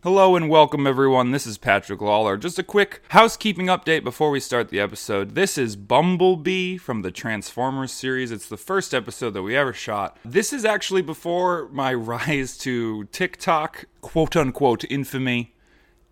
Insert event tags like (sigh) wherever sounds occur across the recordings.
Hello and welcome, everyone. This is Patrick Lawler. Just a quick housekeeping update before we start the episode. This is Bumblebee from the Transformers series. It's the first episode that we ever shot. This is actually before my (laughs) rise to TikTok, quote unquote, infamy,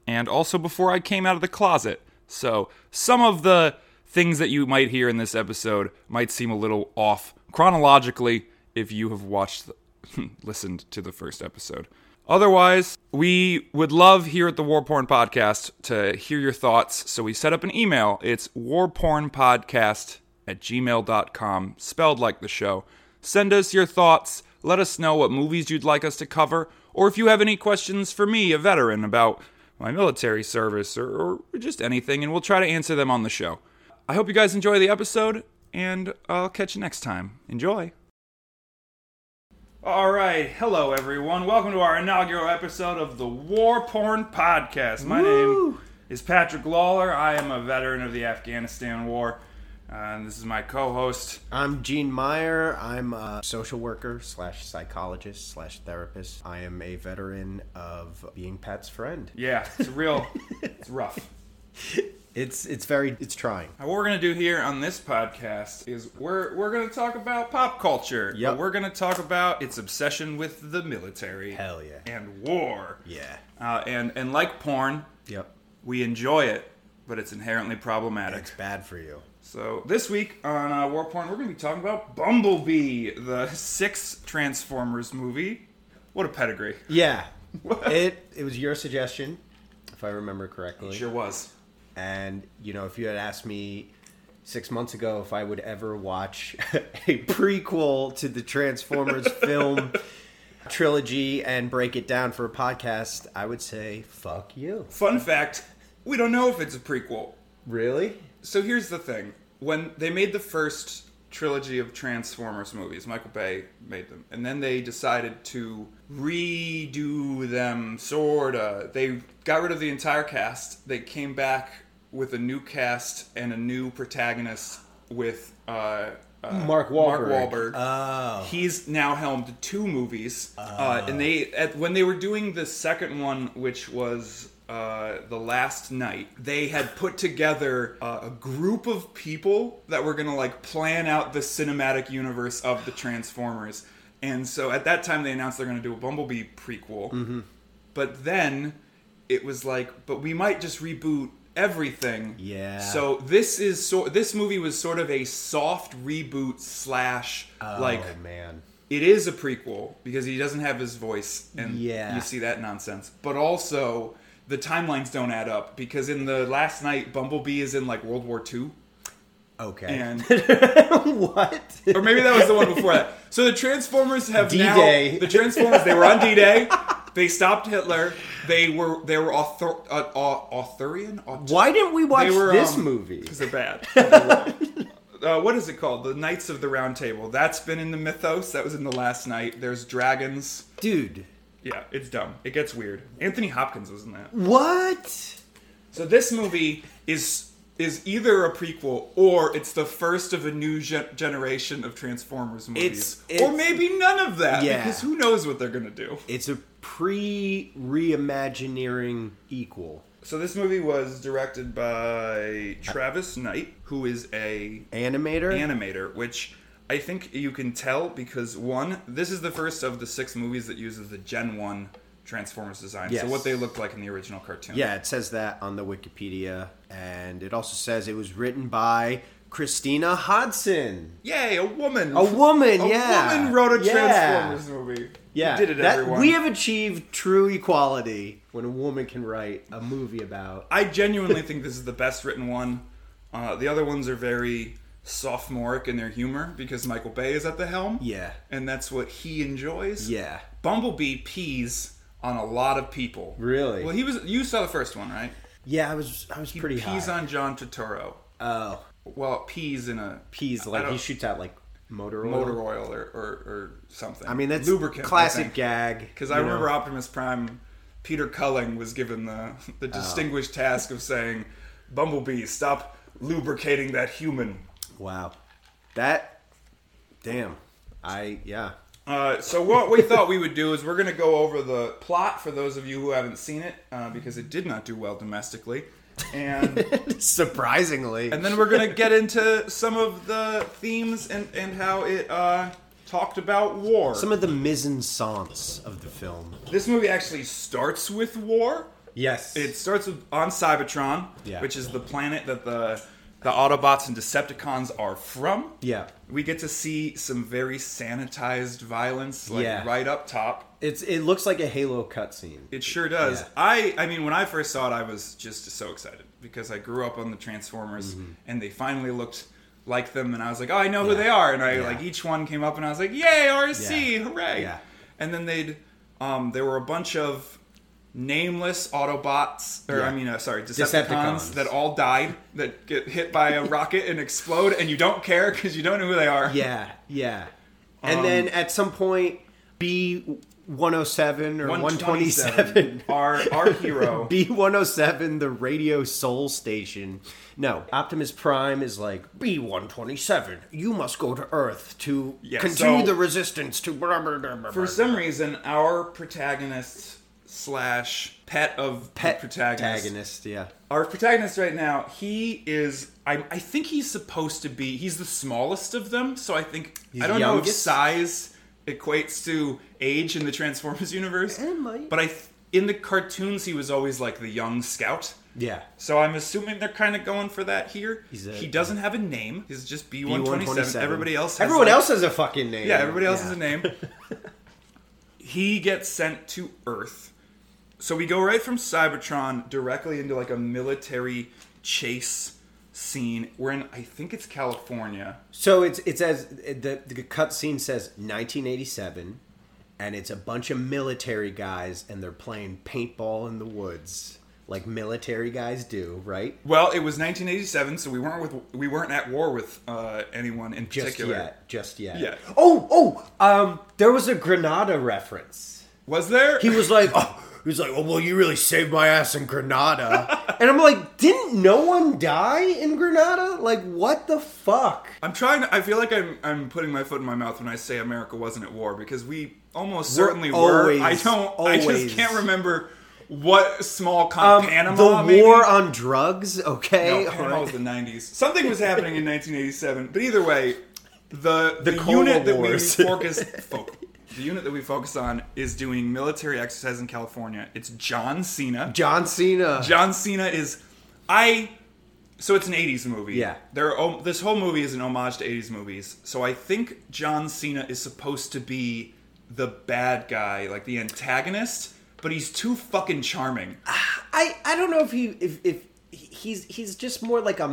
and also before I came out of the closet. So, some of the things that you might hear in this episode might seem a little off chronologically if you have watched, the, (laughs) listened to the first episode. Otherwise, we would love here at the War Porn Podcast to hear your thoughts. So we set up an email. It's warpornpodcast at gmail.com, spelled like the show. Send us your thoughts. Let us know what movies you'd like us to cover, or if you have any questions for me, a veteran, about my military service or, or just anything, and we'll try to answer them on the show. I hope you guys enjoy the episode, and I'll catch you next time. Enjoy. All right, hello everyone. Welcome to our inaugural episode of the War Porn Podcast. My name is Patrick Lawler. I am a veteran of the Afghanistan War, uh, and this is my co-host. I'm Gene Meyer. I'm a social worker slash psychologist slash therapist. I am a veteran of being Pat's friend. Yeah, it's a (laughs) real, it's rough. It's it's very it's trying. Now, what we're gonna do here on this podcast is we're we're gonna talk about pop culture. Yep. but we're gonna talk about its obsession with the military Hell yeah. and war. Yeah. Uh, and and like porn, Yep. we enjoy it, but it's inherently problematic. It's bad for you. So this week on uh, War Porn, we're going to be talking about Bumblebee, the sixth Transformers movie. What a pedigree! Yeah. it it was your suggestion, if I remember correctly. Sure was. And you know, if you had asked me six months ago if I would ever watch (laughs) a prequel to the Transformers film trilogy and break it down for a podcast, I would say fuck you. Fun fact: we don't know if it's a prequel. Really? So here's the thing: when they made the first trilogy of Transformers movies, Michael Bay made them, and then they decided to redo them. Sorta. They got rid of the entire cast. They came back with a new cast and a new protagonist with uh, uh, Mark Wahlberg. Mark Wahlberg. He's now helmed two movies, uh, and they at, when they were doing the second one, which was uh, the last night, they had put together uh, a group of people that were gonna like plan out the cinematic universe of the Transformers. And so at that time, they announced they're gonna do a Bumblebee prequel. But then it was like, but we might just reboot everything. Yeah. So this is so this movie was sort of a soft reboot slash like oh, man. it is a prequel because he doesn't have his voice and Yeah. you see that nonsense. But also the timelines don't add up because in the last night Bumblebee is in like World War II Okay. and (laughs) what? or maybe that was the one before that. So the Transformers have D-Day. now the Transformers. They were on D Day. They stopped Hitler. They were they were author, uh, au- Arthurian. Aut- Why didn't we watch They were this movie? because they're (laughs) bad. They're wrong. (laughs) uh, what is it called? The Knights of the Round Table. That's been in the mythos. That was in the last night. There's dragons. Dude. Yeah, it's dumb. It gets weird. Anthony Hopkins was in that. What? So this movie is is either a prequel or it's the first of a new gen- generation of Transformers movies, It's- or it's- maybe none of that Yeah. because who knows what they're gonna do. It's a pre reimagineering equal. So this movie was directed by Travis Knight, who is a Animator? animator, which I think you can tell because one, this is the first of the six movies that uses the Gen One Transformers design. So Yes. what they looked like in the original cartoon. yeah, it says that on the Wikipedia. And it also says it was written by Christina Hodson. Yay, a woman. A woman, A yeah. woman wrote a Yeah. Transformers movie. Yeah. We did it, that- everyone. We have achieved true equality when a woman can write a movie about. I genuinely think this is the best written one. Uh, the other ones are very sophomoric in their humor because Michael Bay is at the helm. Yeah. And that's what he enjoys. Yeah. Bumblebee pees on a lot of people. Really? Well, he was. You saw the first one, right? Yeah, I was I was pretty pees high. on John Turturro. oh, Well, pees in a peas I like don't- he shoots out like motor oil. motor oil or, or, or something. I mean, that's lubricant. classic gag. Because I, you know. remember Optimus Prime, Peter Culling was given the the Oh. distinguished task of saying, "Bumblebee, stop lubricating that human." Wow, that damn. I yeah. (laughs) Uh, so what we thought we would do is we're going to go over the plot for those of you who haven't seen it uh, because it did not do well domestically, (laughs) and Surprisingly. and then we're going to get into some of the themes and and how it uh, talked about war. some of the mise en sens of the film. this movie actually starts with war. Yes. It starts with on Cybertron, Yeah. which is the planet that the the Autobots and Decepticons are from. Yeah. We get to see some very sanitized violence, like Yeah. right up top. It's it looks like a Halo cutscene. It sure does. Yeah. I I mean, when I first saw it, I was just so excited because I grew up on the Transformers, and they finally looked like them, and I was like, oh, I know who Mm-hmm. Yeah. they are, and I Yeah. like each one came up, and I was like, yay, RC, Yeah. hooray! Yeah. And then they'd um, there were a bunch of nameless Autobots, or I Yeah. mean, uh, sorry, Decepticons, Decepticons. that all died that get hit by (laughs) a rocket and explode, and you don't care because you don't know who they are. Yeah, yeah. And Um, then at some point, B one hundred seven or one twenty seven. Our our hero. (laughs) B one hundred seven, the Radio Soul Station. No, Optimus Prime is like B one twenty seven. You must go to Earth to Yeah, continue so- the resistance to. Blah, blah, blah, blah, For blah. some reason, our protagonist slash pet of Pet the protagonist, protagonist, yeah, our protagonist right now, he is. I, I think he's supposed to be. He's the smallest of them, so I think He's I don't know if youngest? size equates to age in the Transformers (laughs) universe. It might. But I th- in the cartoons he was always like the young scout. yeah. So I'm assuming they're kind of going for that here. He's a- he doesn't have a name. He's just B127. B127. Everybody else has Everyone like, else has a fucking name. yeah, everybody else Yeah. has a (laughs) name. he gets sent to Earth. So we go right from Cybertron directly into like a military chase scene. We're in, I think it's California. So it's it says the the cut scene says 1987, and it's a bunch of military guys and they're playing paintball in the woods like military guys do, right? Well, it was 1987, so we weren't with we weren't at war with uh, anyone in Just particular. yet, just yet. Yeah. Oh, oh, um, there was a Granada reference. Was there? He was like, (laughs) oh, he was like, oh, well, you really saved my ass in (laughs) Granada, and I'm like, didn't no one die in Granada? Like, what the fuck? I'm trying. To, I feel like I'm I'm putting my foot in my mouth when I say America wasn't at war because we almost We're certainly always- were. I don't. I always. just can't remember what small con Um, Panama. the maybe? war on drugs, okay? No, All Panama right. was the 90s. Something was happening in 1987. But either way, the the, Cold unit that we Wars. focus folk, the unit that we focus on is doing military exercise in California. It's John Cena. John Cena. John Cena is I so it's an 80s movie. Yeah. There oh, this whole movie is an homage to 80s movies. So I think John Cena is supposed to be the bad guy, like the antagonist, but he's too fucking charming. I I don't know if he if if he's he's just more like a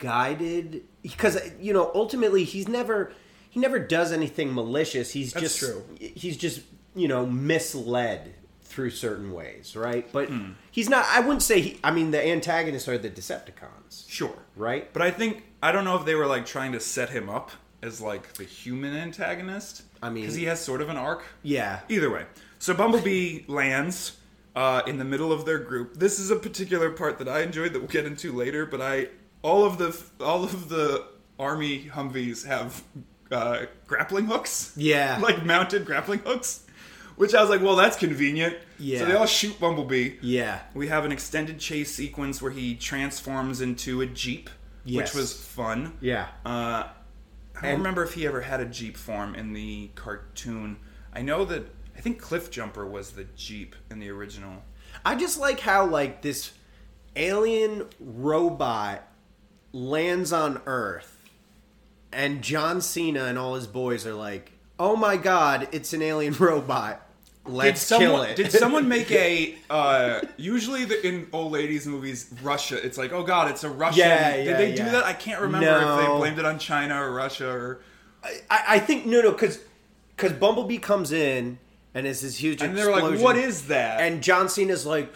misguided because you know ultimately he's never he never does anything malicious. He's That's just true. He's just you know misled through certain ways, right? But he's not. I wouldn't say. He, I mean, the antagonists are the Decepticons, Sure. right? But I think I don't know if they were like trying to set him up as like the human antagonist. I mean- because he has sort of an arc. Yeah. Either way, so (laughs) Bumblebee lands uh, in the middle of their group. This is a particular part that I enjoyed that we'll get into later. But I all of the all of the army Humvees have uh, grappling hooks. Yeah. (laughs) like mounted grappling hooks. Which I was like, well, that's convenient. Yeah. So they all shoot Bumblebee. Yeah. We have an extended chase sequence where he transforms into a jeep, Yes. which was fun. Yeah. Uh, I don't remember if he ever had a jeep form in the cartoon. I know that I think Cliff Jumper was the jeep in the original. I just like how like this alien robot lands on Earth, and John Cena and all his boys are like, "Oh my God, it's an alien (laughs) robot! Did Let's someone, kill it!" did (laughs) someone make a? Uh, usually the, in old ladies' movies, Russia. It's like, oh god, it's a Russian. Yeah, Did yeah, they yeah. do that? I can't remember if No. they blamed it on China or Russia or. I, I think no, no, because because Bumblebee comes in and it's this huge And they're like, explosion, what is that? And John Cena's like,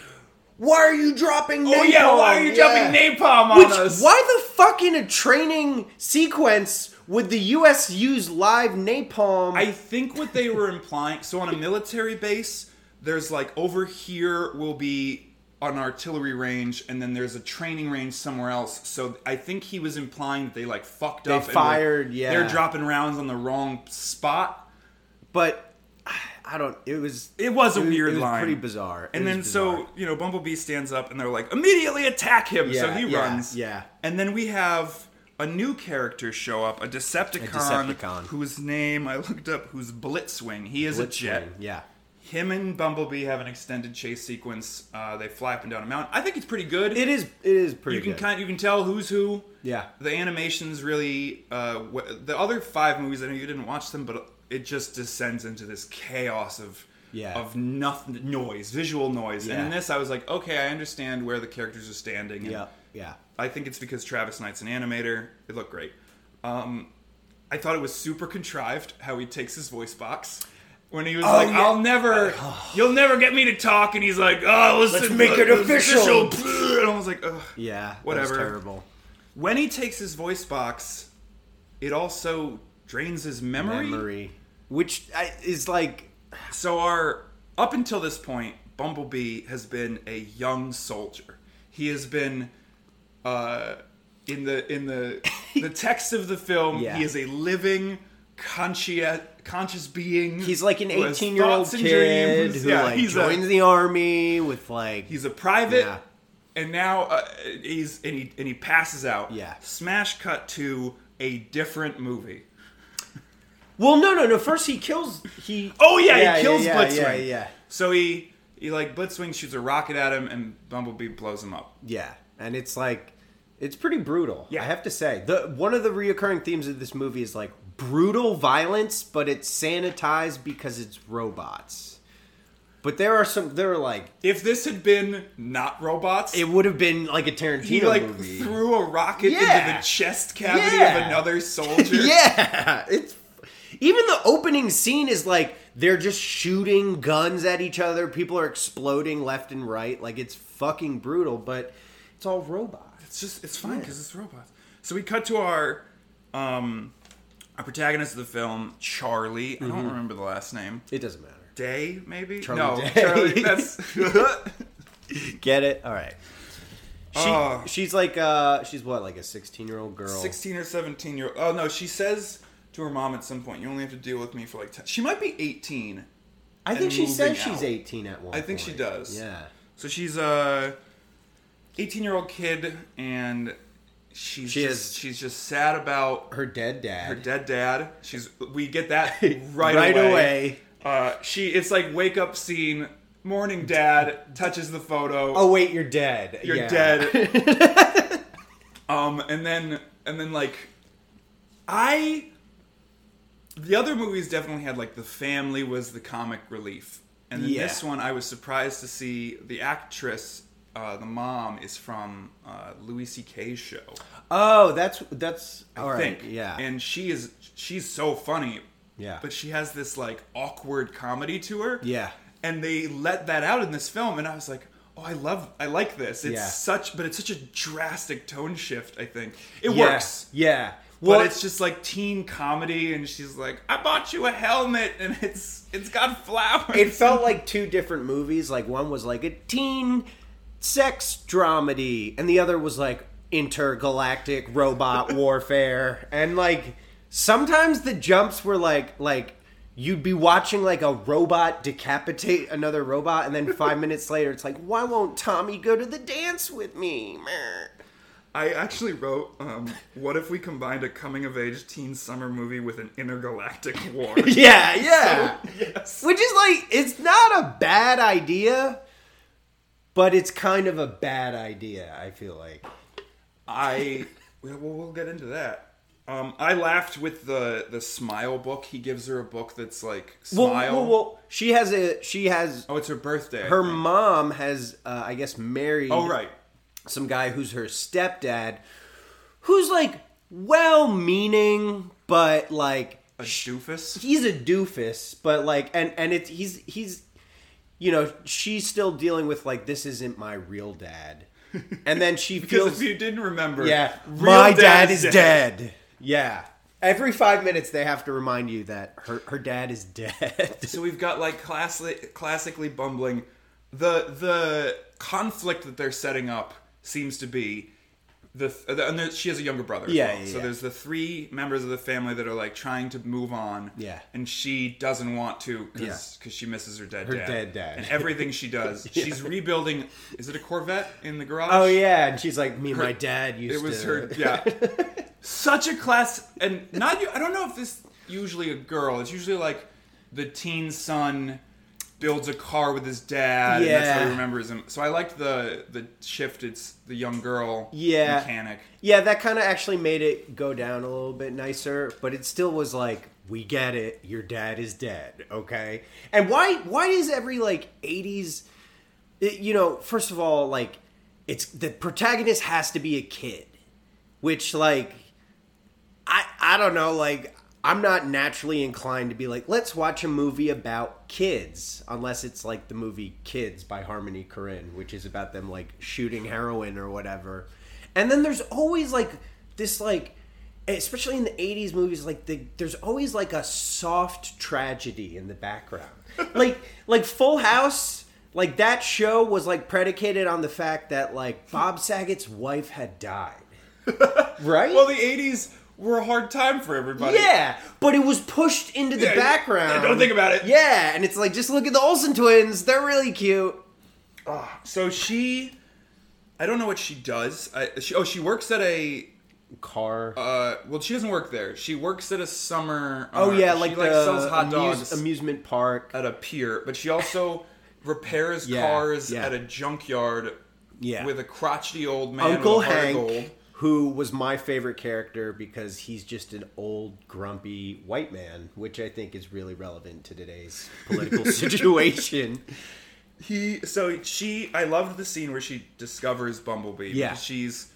"Why are you dropping? oh napalm? yeah, why are you Yeah. jumping napalm on Which, us? why the fuck in a training sequence would the U.S. use live napalm? I think what they were implying. So on a military base, there's like over here will be an artillery range, and then there's a training range somewhere else. So I think he was implying that they like fucked up. and were- fired, yeah. They're dropping rounds on the wrong spot. But I don't. It was. It was a was- weird it was line. Pretty bizarre. It and was then bizarre. so you know bumblebee stands up and they're like immediately attack him so Yeah, he yeah, runs yeah. and then we have a new character show up a decepticon, Decepticon. whose name i looked up who's blitzwing he is a jet Blitzwing, Yeah. him and bumblebee have an extended chase sequence uh, they fly up and down a mountain i think it's pretty good It is. It is pretty. you can good. kind you can tell who's who Yeah. the animations really uh, wh- the other five movies i know you didn't watch them but it just descends into this chaos of Yeah. of nothing noise visual noise and in Yeah. this i was like okay i understand where the characters are standing and Yeah. Yeah. i think it's because travis knight's an animator it looked great um, i thought it was super contrived how he takes his voice box when he was like, Oh, yeah. "I'll never, you'll never get me to talk," and he's like, "Oh, listen, make it uh, official." official." And I was like, Ugh. Yeah. that was Whatever. terrible. When he takes his voice box, it also drains his memory. Memory, which I, is like. So our up until this point, Bumblebee has been a young soldier. He has been uh, in the in the (laughs) the text of the film. Yeah. He is a living conscious conscious being. He's like an who has 18 year old thoughts and kid dreams. who yeah, like he's joins a, the army with like He's a private, Yeah. and now uh, he's and he and he passes out. Yeah. Smash cut to a different movie. Well, no, no, no. First, he kills. He. Oh yeah, he kills Blitzwing. Yeah, yeah, So he he like Blitzwing shoots a rocket at him and Bumblebee blows him up. yeah. And it's like, it's pretty brutal. Yeah. I have to say, the one of the reoccurring themes of this movie is like brutal violence, but it's sanitized because it's robots. But there are some. There are like, If this had been not robots, it would have been like a Tarantino he like movie. threw a rocket into Yeah. the chest cavity Yeah. of another soldier. (laughs) yeah, it's even the opening scene is like they're just shooting guns at each other. People are exploding left and right. Like it's fucking brutal, but it's all robots. It's just it's fine because it's robots. So we cut to our um our protagonist of the film, Charlie. I don't remember the last name. It doesn't matter. Day maybe? Mm-hmm. Charlie no, Day. (laughs) Charlie. That's (laughs) Get it? All right. She, Oh. she's like uh she's what like a 16 year old girl 16 or 17 year old. Oh, no, she says to her mom at some point, you only have to deal with me for like 10. She might be 18. i think and she says moving she's out. 18 at one I think she point. does. yeah So she's a 18 year old kid and she's She just, is- she's just sad about her dead dad her (laughs) dead dad. She's we get that right, right away, Uh, she it's like wake up scene, morning dad touches the photo. oh wait you're dead you're Yeah. dead. (laughs) um, and then and then like I the other movies definitely had like the family was the comic relief, and in Yeah. this one I was surprised to see the actress, uh, the mom is from uh, Louis C.K.'s show, oh that's that's all I right. think. yeah and she is she's so funny. Yeah. but she has this like awkward comedy to her yeah and they let that out in this film and i was like oh i love i like this it's Yeah. such but it's such a drastic tone shift i think it Yeah, works Yeah. but Well, it's just like teen comedy and she's like i bought you a helmet and it's it's got flowers it felt like two different movies. Like one was like a teen sex dramedy, and the other was like intergalactic robot warfare. And like sometimes the jumps were like like you'd be watching like a robot decapitate another robot, and then five minutes later it's like, why won't Tommy go to the dance with me? Meh. i actually wrote um, what if we combined a coming of age teen summer movie with an intergalactic war (laughs) (laughs) Yeah, yeah. yes Which is like, it's not a bad idea, but it's kind of a bad idea, I feel like. (laughs) I we'll, we'll get into that. Um, I laughed with the the smile book. He gives her a book that's like Well, smile. well, well, she has a, she has, oh, it's her birthday. I her think. mom has, uh, I guess, married Oh right. some guy who's her stepdad, who's like well meaning, but like, A doofus. he's a doofus, but like, and and it's he's he's, you know, she's still dealing with like this isn't my (laughs) real dad, and then she Because feels if you didn't remember, yeah, real my dad is dead. Yeah, every five minutes they have to remind you that her her dad is dead. (laughs) So we've got like classic, classically bumbling. The the conflict that they're setting up seems to be the, th- and there, she has a younger brother. as Yeah, well. yeah, So yeah. there's the three members of the family that are like trying to move on. Yeah. And she doesn't want to because Yeah. she misses her dead Her dad. dead dad. And everything she (laughs) does, she's rebuilding. Is it a Corvette in the garage? Oh yeah, and she's like, me and my dad used It was to. her. Yeah. Such a class, and not. you- I don't know if this usually a girl. It's usually like the teen son builds a car with his dad, and that's how he Yeah. remembers him. So I liked the the shift. It's the young girl. Yeah. Mechanic. (laughs) Yeah, that kind of actually made it go down a little bit nicer, but it still was like, we get it, your dad is dead, okay? And why why is every like 80s it- you know, first of all, like it's the protagonist has to be a kid, which like I I don't know, like I'm not naturally inclined to be like, let's watch a movie about kids, unless it's like the movie Kids by Harmony Korine, which is about them like shooting heroin or whatever. And then there's always like this like especially in the 80s movies like the, there's always like a soft tragedy in the background like like full house like that show was like predicated on the fact that like bob saget's wife had died right Well, the '80s were a hard time for everybody. yeah, but it was pushed into the Yeah, background. yeah, don't think about it. Yeah, and it's like just look at the Olsen twins; they're really cute. So she, I don't know what she does. I, she, oh, she works at a. Car. Uh, well, she doesn't work there. She works at a summer. oh uh, yeah, she, like the sells hot amuse- dogs amusement park. at a pier, but she (laughs) also repairs Yeah, cars yeah. at a junkyard. Yeah. with a crotchety old man. Uncle with a heart of Hank, gold. who was my favorite character because he's just an old, grumpy white man, which I think is really relevant to today's political (laughs) situation. he so she i loved the scene where she discovers bumblebee Yeah. because she's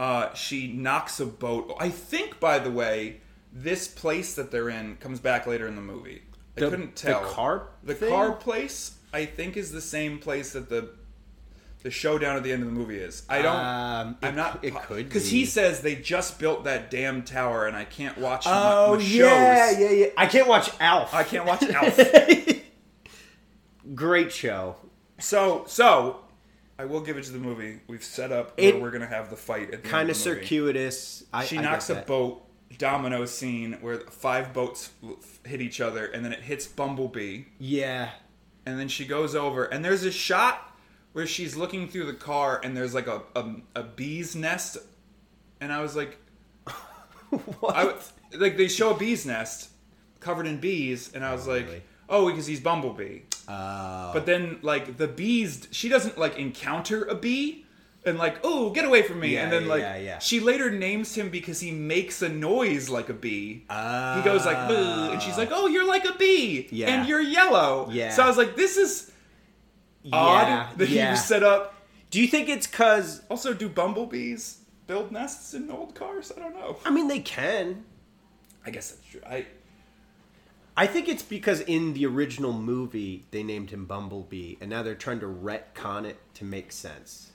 uh she knocks a boat i think by the way this place that they're in comes back later in the movie i The- couldn't the tell car the thing? car place i think is the same place that the the showdown at the end of the movie is i don't Um, i'm it- not it could because be. he says they just built that damn tower and i can't watch my- my Oh shows yeah, yeah, yeah. I can't watch Alf. i can't (laughs) watch alf Great show. So, so I will give it to the movie. We've set up where It- we're gonna have the fight at the Kind end of of the movie. circuitous. I, She I get knocks a that. boat domino scene where five boats hit each other, and then it hits Bumblebee, Yeah. (laughs) and then she goes over, and there's a shot where she's looking through the car, and there's like a a, a bee's nest, and I was like, What? I w- like they show a bee's nest covered in bees, and I was like, really? oh, because he's Bumblebee. Uh, Oh. But then, like the bees, she doesn't like encounter a bee, and like, oh, get away from me. Yeah, and then, yeah, like, yeah, yeah. she later names him because he makes a noise like a bee. he goes like, boo, and she's like, oh, you're like a bee, Yeah. and you're yellow. Yeah. So I was like, this is Yeah, odd that he yeah. was set up. Do you think it's because Also, do bumblebees build nests in old cars? I don't know. I mean they can. I guess that's true. I I think it's because in the original movie they named him Bumblebee, and now they're trying to retcon it to make sense.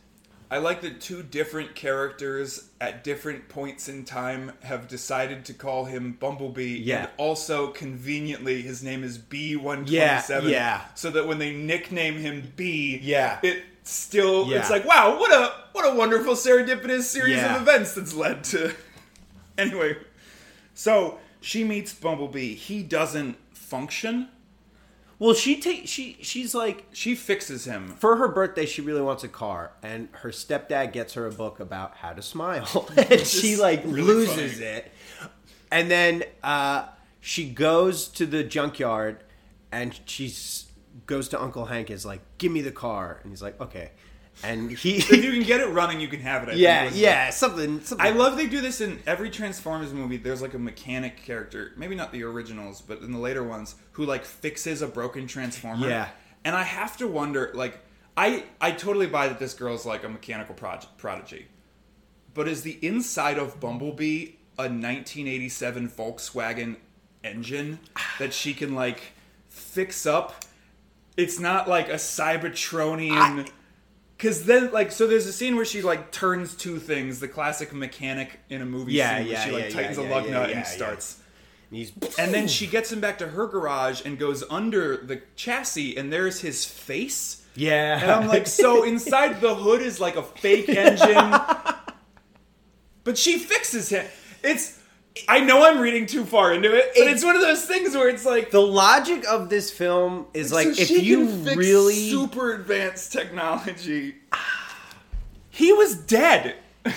I like that two different characters at different points in time have decided to call him Bumblebee. Yeah. And also, conveniently, his name is B127. Yeah, yeah. So that when they nickname him B, Yeah. it still, Yeah. it's like, wow, what a what a wonderful serendipitous series Yeah. of events that's led to. (laughs) anyway, so she meets Bumblebee. He doesn't function. Well, she take she she's like She fixes him. for her birthday she really wants a car, and her stepdad gets her a book about how to smile, (laughs) and she is like really loses funny. it, and then uh, she goes to the junkyard, and she goes to Uncle Hank is like, "Give me the car," and he's like, "Okay," (laughs) and If he. you can get it running, you can have it. I think Yeah, was the- yeah, something, something. I love they do this in every Transformers movie. There's like a mechanic character, maybe not the originals, but in the later ones, who like fixes a broken Transformer. Yeah. And I have to wonder, like, I I totally buy that this girl's like a mechanical prod- prodigy, but is the inside of Bumblebee a 1987 Volkswagen engine that she can like fix up? It's not like a Cybertronian. Cause then, like, so there's a scene where she like turns two things, the classic mechanic in a movie Yeah, scene where yeah, she like yeah, tightens yeah, a yeah, lug yeah, nut yeah, and starts. (laughs) And he's- And then she gets him back to her garage and goes under the chassis, and there's his face. yeah, (laughs) And I'm like, so inside the hood is like a fake engine. But she fixes him. It's. I know I'm reading too far into it, but It- it's one of those things where it's like. (laughs) The logic of this film is like so if she you can fix really super advanced technology. (sighs) he was dead. (laughs)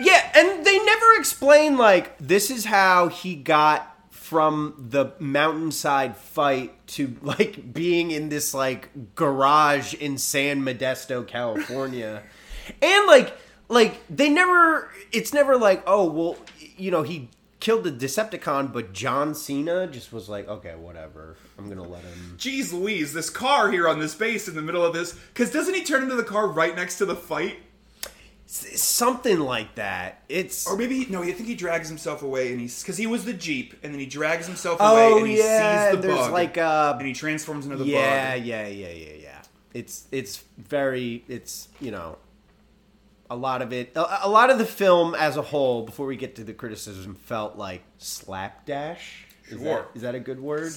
Yeah, and they never explain like this is how he got from the mountainside fight to like being in this like garage in San Modesto, California. and like like they never it's never like, oh well you know, he killed the Decepticon, but John Cena just was like, Okay, whatever. I'm gonna let him Jeez Louise, this car here on this base in the middle of this. Because doesn't he turn into the car right next to the fight? S- something like that. It's Or maybe no, I think he drags himself away, and he's because he was the jeep, and then he drags himself Oh, away, and he yeah, sees the there's bug, like a- and he transforms into the yeah, bug. yeah, yeah, yeah, yeah. It's it's very it's you know a lot of it. A, a lot of the film as a whole, before we get to the criticism, felt like slapdash. Is Sure. that, is that a (laughs) good word?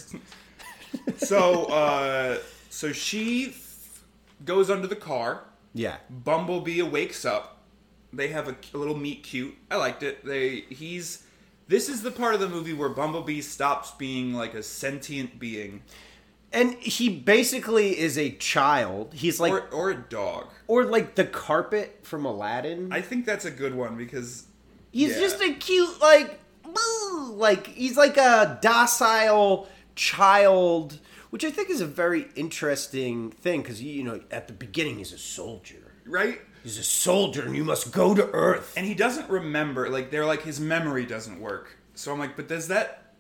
So, uh, so she f- goes under the car. Yeah. Bumblebee wakes up. They have a, a little meet cute. I liked it. They he's this is the part of the movie where Bumblebee stops being like a sentient being And he basically is a child. He's like or or, or a dog. like the carpet from Aladdin. I think that's a good one because he's yeah. just a cute like boo, like he's like a docile child which i think is a very interesting thing because you know at the beginning he's a soldier right. he's a soldier and you must go to earth and he doesn't remember like they're like his memory doesn't work so i'm like but does that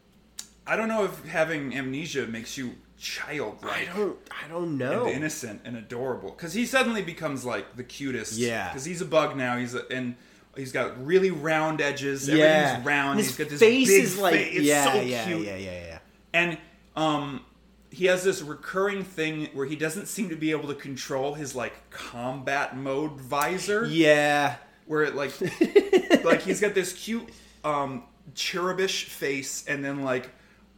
i don't know if having amnesia makes you i childlike don't i don't know and innocent and adorable because he suddenly becomes like the cutest Yeah. because he's a bug now he's a, and he's got really round edges yeah everything's round And he's got this face big is like face. it's yeah, so yeah, cute yeah yeah yeah and um he has this recurring thing where he doesn't seem to be able to control his like combat mode visor yeah where it (laughs) like like he's got this cute um cherubish face and then like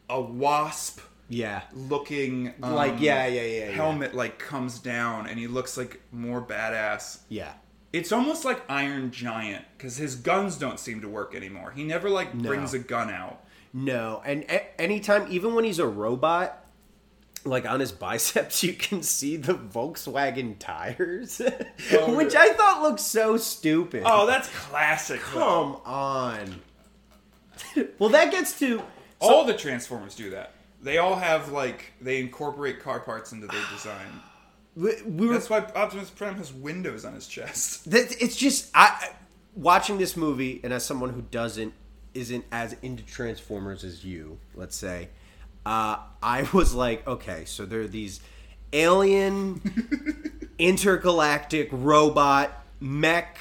a wasp yeah looking um, Like, yeah, yeah, yeah, yeah. helmet like comes down and he looks like more badass yeah it's almost like iron giant because his guns don't seem to work anymore he never like brings a gun out No, and a- anytime, even when he's a robot, like on his (laughs) biceps, you can see the Volkswagen tires, Oh, (laughs) which yeah. I thought looked so stupid. oh that's classic though. come on! (laughs) well, that gets to all the transformers do that they all have like they incorporate car parts into (sighs) their design we, we were. that's why optimus prime has windows on his chest (laughs) that- it's just I I- watching this movie, and as someone who doesn't isn't as into Transformers as you, let's say, uh, I was like, okay, so there are these alien intergalactic robot mech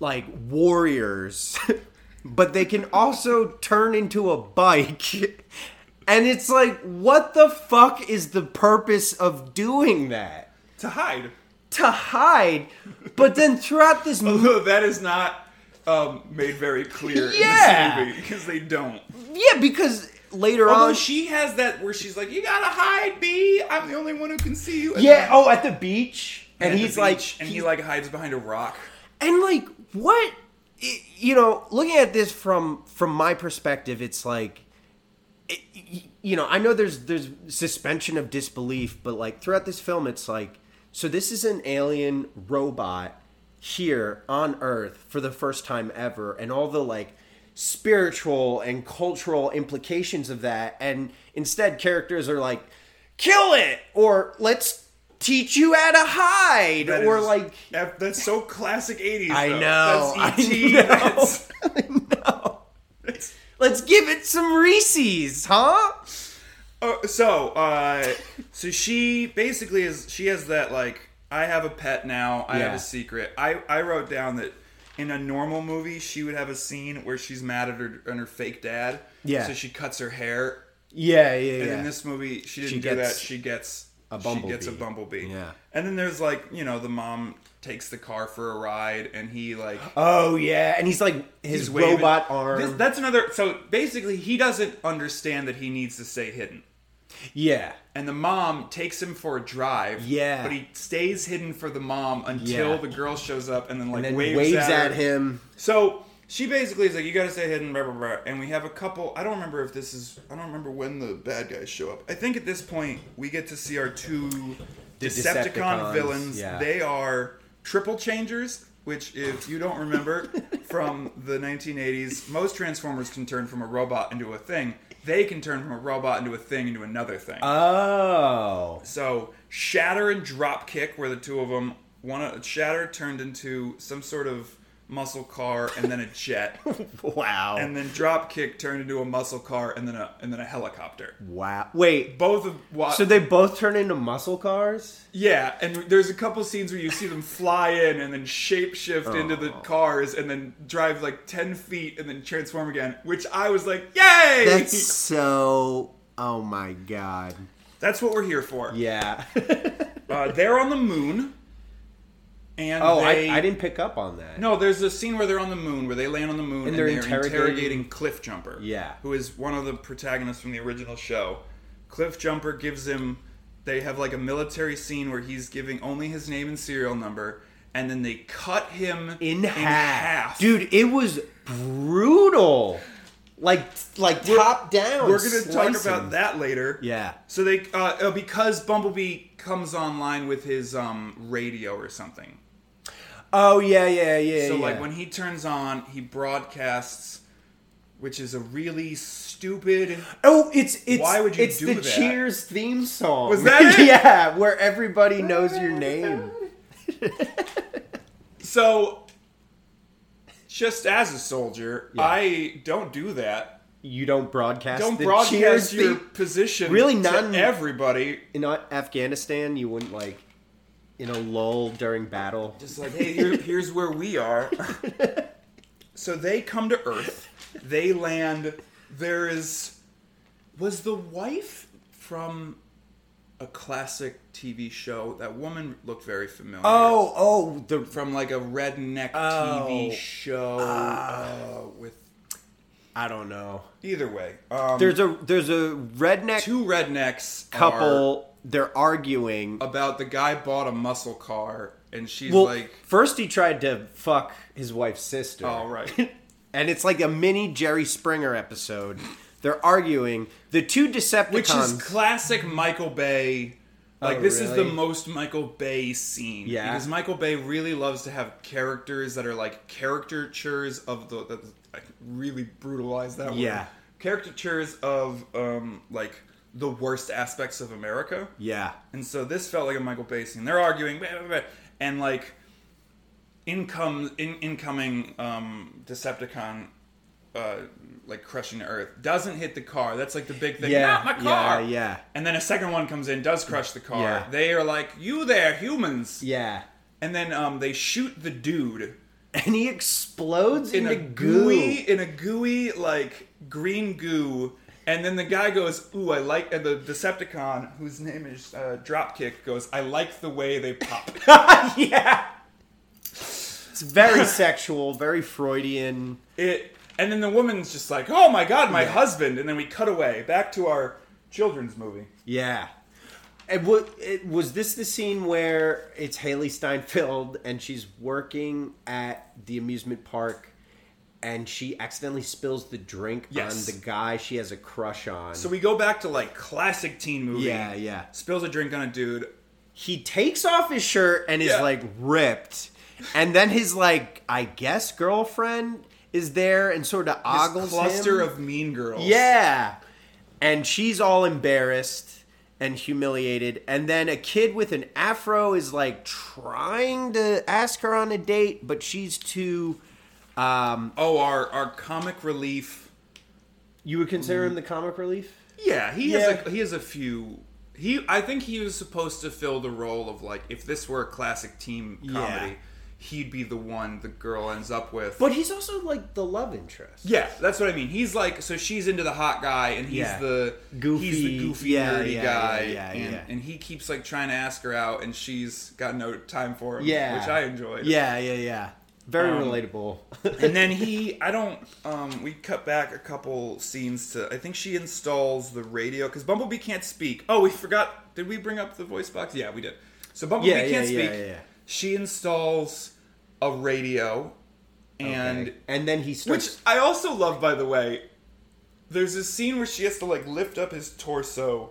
like warriors (laughs) but they can also turn into a bike (laughs) and it's like what the fuck is the purpose of doing that to hide. to hide but then throughout this movie Although (laughs) that is not um, made very clear Yeah. in this movie because they don't. yeah because later Although on Oh, she has that where she's like, "You gotta hide, B. I'm the only one who can see you." And yeah then- oh at the beach and, at the he's like beach, and he, like hides behind a rock. and like what i- you know looking at this from from my perspective it's like it, y- you know i know there's there's suspension of disbelief but like throughout this film it's like so this is an alien robot here on earth for the first time ever and all the like spiritual and cultural implications of that and instead characters are like kill it or let's teach you how to hide That or is- like that, that's so classic '80s. I though. know, That's E.T. (laughs) I (laughs) know. That's, that's- Let's give it some Reese's, huh? Oh, so, uh, so she basically is. She has that like, I have a pet now. I have Yeah. a secret. I I wrote down that in a normal movie she would have a scene where she's mad at her and her fake dad. Yeah. So she cuts her hair, Yeah, yeah, yeah. and in this movie she didn't She do that. gets She gets a She gets a bumblebee. bumblebee. Yeah. And then there's like you know the mom takes the car for a ride and he like oh yeah, and he's like his he's waving- robot arm. This- that's another. So basically he doesn't understand that he needs to stay hidden. yeah, and the mom takes him for a drive. Yeah. but he stays hidden for the mom until Yeah. the girl shows up and then like and waves, waves at, at her. him. So she basically is like, you gotta stay hidden, blah, blah, blah. And we have a couple. I don't remember if this is. I don't remember when the bad guys show up. I think at this point, we get to see our two The Decepticon Decepticons, villains. yeah. They are Triple Changers, which, if you don't (laughs) remember from the 1980s, most Transformers can turn from a robot into a thing. They can turn from a robot into a thing into another thing. Uh, Oh. So Shatter and Dropkick were the two of them. One uh, Shatter turned into some sort of muscle car and then a jet, (laughs) Wow. and then Dropkick turned into a muscle car and then a and then a helicopter. wow. Wait. Both of what? So they both turn into muscle (laughs) cars? yeah, and there's a couple scenes where you see them fly in and then shapeshift into Oh. the cars and then drive like ten feet and then transform again. Which I was like, yay! That's so. Oh my god. That's what we're here for. Yeah. (laughs) Uh, they're on the moon, and oh, they- I, I didn't pick up on that. No, there's a scene where they're on the moon, where they land on the moon, and, they're they're, interrogating- interrogating... Cliff Jumper. Yeah. who is one of the protagonists from the original show. Cliff Jumper gives him. They have like a military scene where he's giving only his name and serial number, and then they cut him In, half. half. Dude, it was brutal. Like like top down. We're gonna talk slicing. about that later. Yeah. So they uh, uh, because Bumblebee comes online with his um, radio or something. Oh yeah, yeah, yeah. So yeah. like when he turns on, he broadcasts, which is a really stupid. Oh, it's it's Why would you it's do the that? Cheers theme song. Was (laughs) that it? yeah, where everybody (laughs) knows your name. So, just as a soldier, I don't do that. You don't broadcast. Don't the broadcast Cheers your theme- position Really non- to everybody. in Af- Afghanistan. You wouldn't like in a lull during battle. Just like, hey, here, here's where we are. (laughs) so they come to Earth. They land. There is. Was the wife from a classic TV show? That woman looked very familiar. Oh, oh, the From like a redneck Oh. TV show uh, with. I don't know. Either way, um, There's a there's a redneck two rednecks couple couple. They're arguing. about the guy bought a muscle car and she's Well, like Oh. first he tried to fuck his wife's sister. all (laughs) right and it's like a mini Jerry Springer episode. They're arguing. The two Decepticons. which is classic michael bay like Oh, this is the really? most michael bay scene Yeah. because michael bay really loves to have characters that are like caricatures of the, the i really brutalize that Yeah. word caricatures of um like the worst aspects of america yeah. And so this felt like a Michael Bay scene. They're arguing, blah, blah, blah, and like income in, incoming um, Decepticon, uh, like crushing the Earth, doesn't hit the car. That's like the big thing. Yeah, Not my car. yeah, yeah. And then a second one comes in, does crush the car. Yeah. They are like, you there, humans. Yeah. And then um, they shoot the dude And he explodes in into a goo. gooey, in a gooey like green goo. And then the guy goes, "Ooh, I like." And the Decepticon, whose name is uh, Dropkick, goes, "I like the way they pop." (laughs) (laughs) yeah. It's very sexual, very Freudian. it, and then the woman's just like, "Oh my god, my husband!" And then we cut away back to our children's movie. Yeah. And what it, was this the scene where it's Haley Steinfeld and she's working at the amusement park and she accidentally spills the drink Yes. on the guy she has a crush on? So we go back to like classic teen movie. yeah, yeah. Spills a drink on a dude. he takes off his shirt and is Yeah. like ripped and then his like i guess girlfriend is there and sort of This ogles cluster him. of mean girls. yeah and she's all embarrassed and humiliated and then a kid with an afro is like trying to ask her on a date but she's too um Oh, our our comic relief. you would consider him the comic relief Yeah, he has Yeah. a he has a few. He I think he was supposed to fill the role of like if this were a classic team comedy, Yeah. he'd be the one the girl ends up with. but he's also like the love interest yeah, that's what I mean. He's like so she's into the hot guy and he's Yeah. the Goofy. he's the goofy Yeah, nerdy yeah, guy yeah, yeah, and, yeah. and he keeps like trying to ask her out and she's got no time for him. yeah which I enjoyed. yeah yeah yeah very Um, relatable (laughs) and then he i don't um we cut back a couple scenes to i think she installs the radio because bumblebee can't speak oh we forgot did we bring up the voice box yeah we did so bumblebee Yeah, yeah, can't yeah, speak yeah, yeah. she installs a radio and Okay. (laughs) and then he starts. which I also love, by the way. There's this scene where she has to like lift up his torso,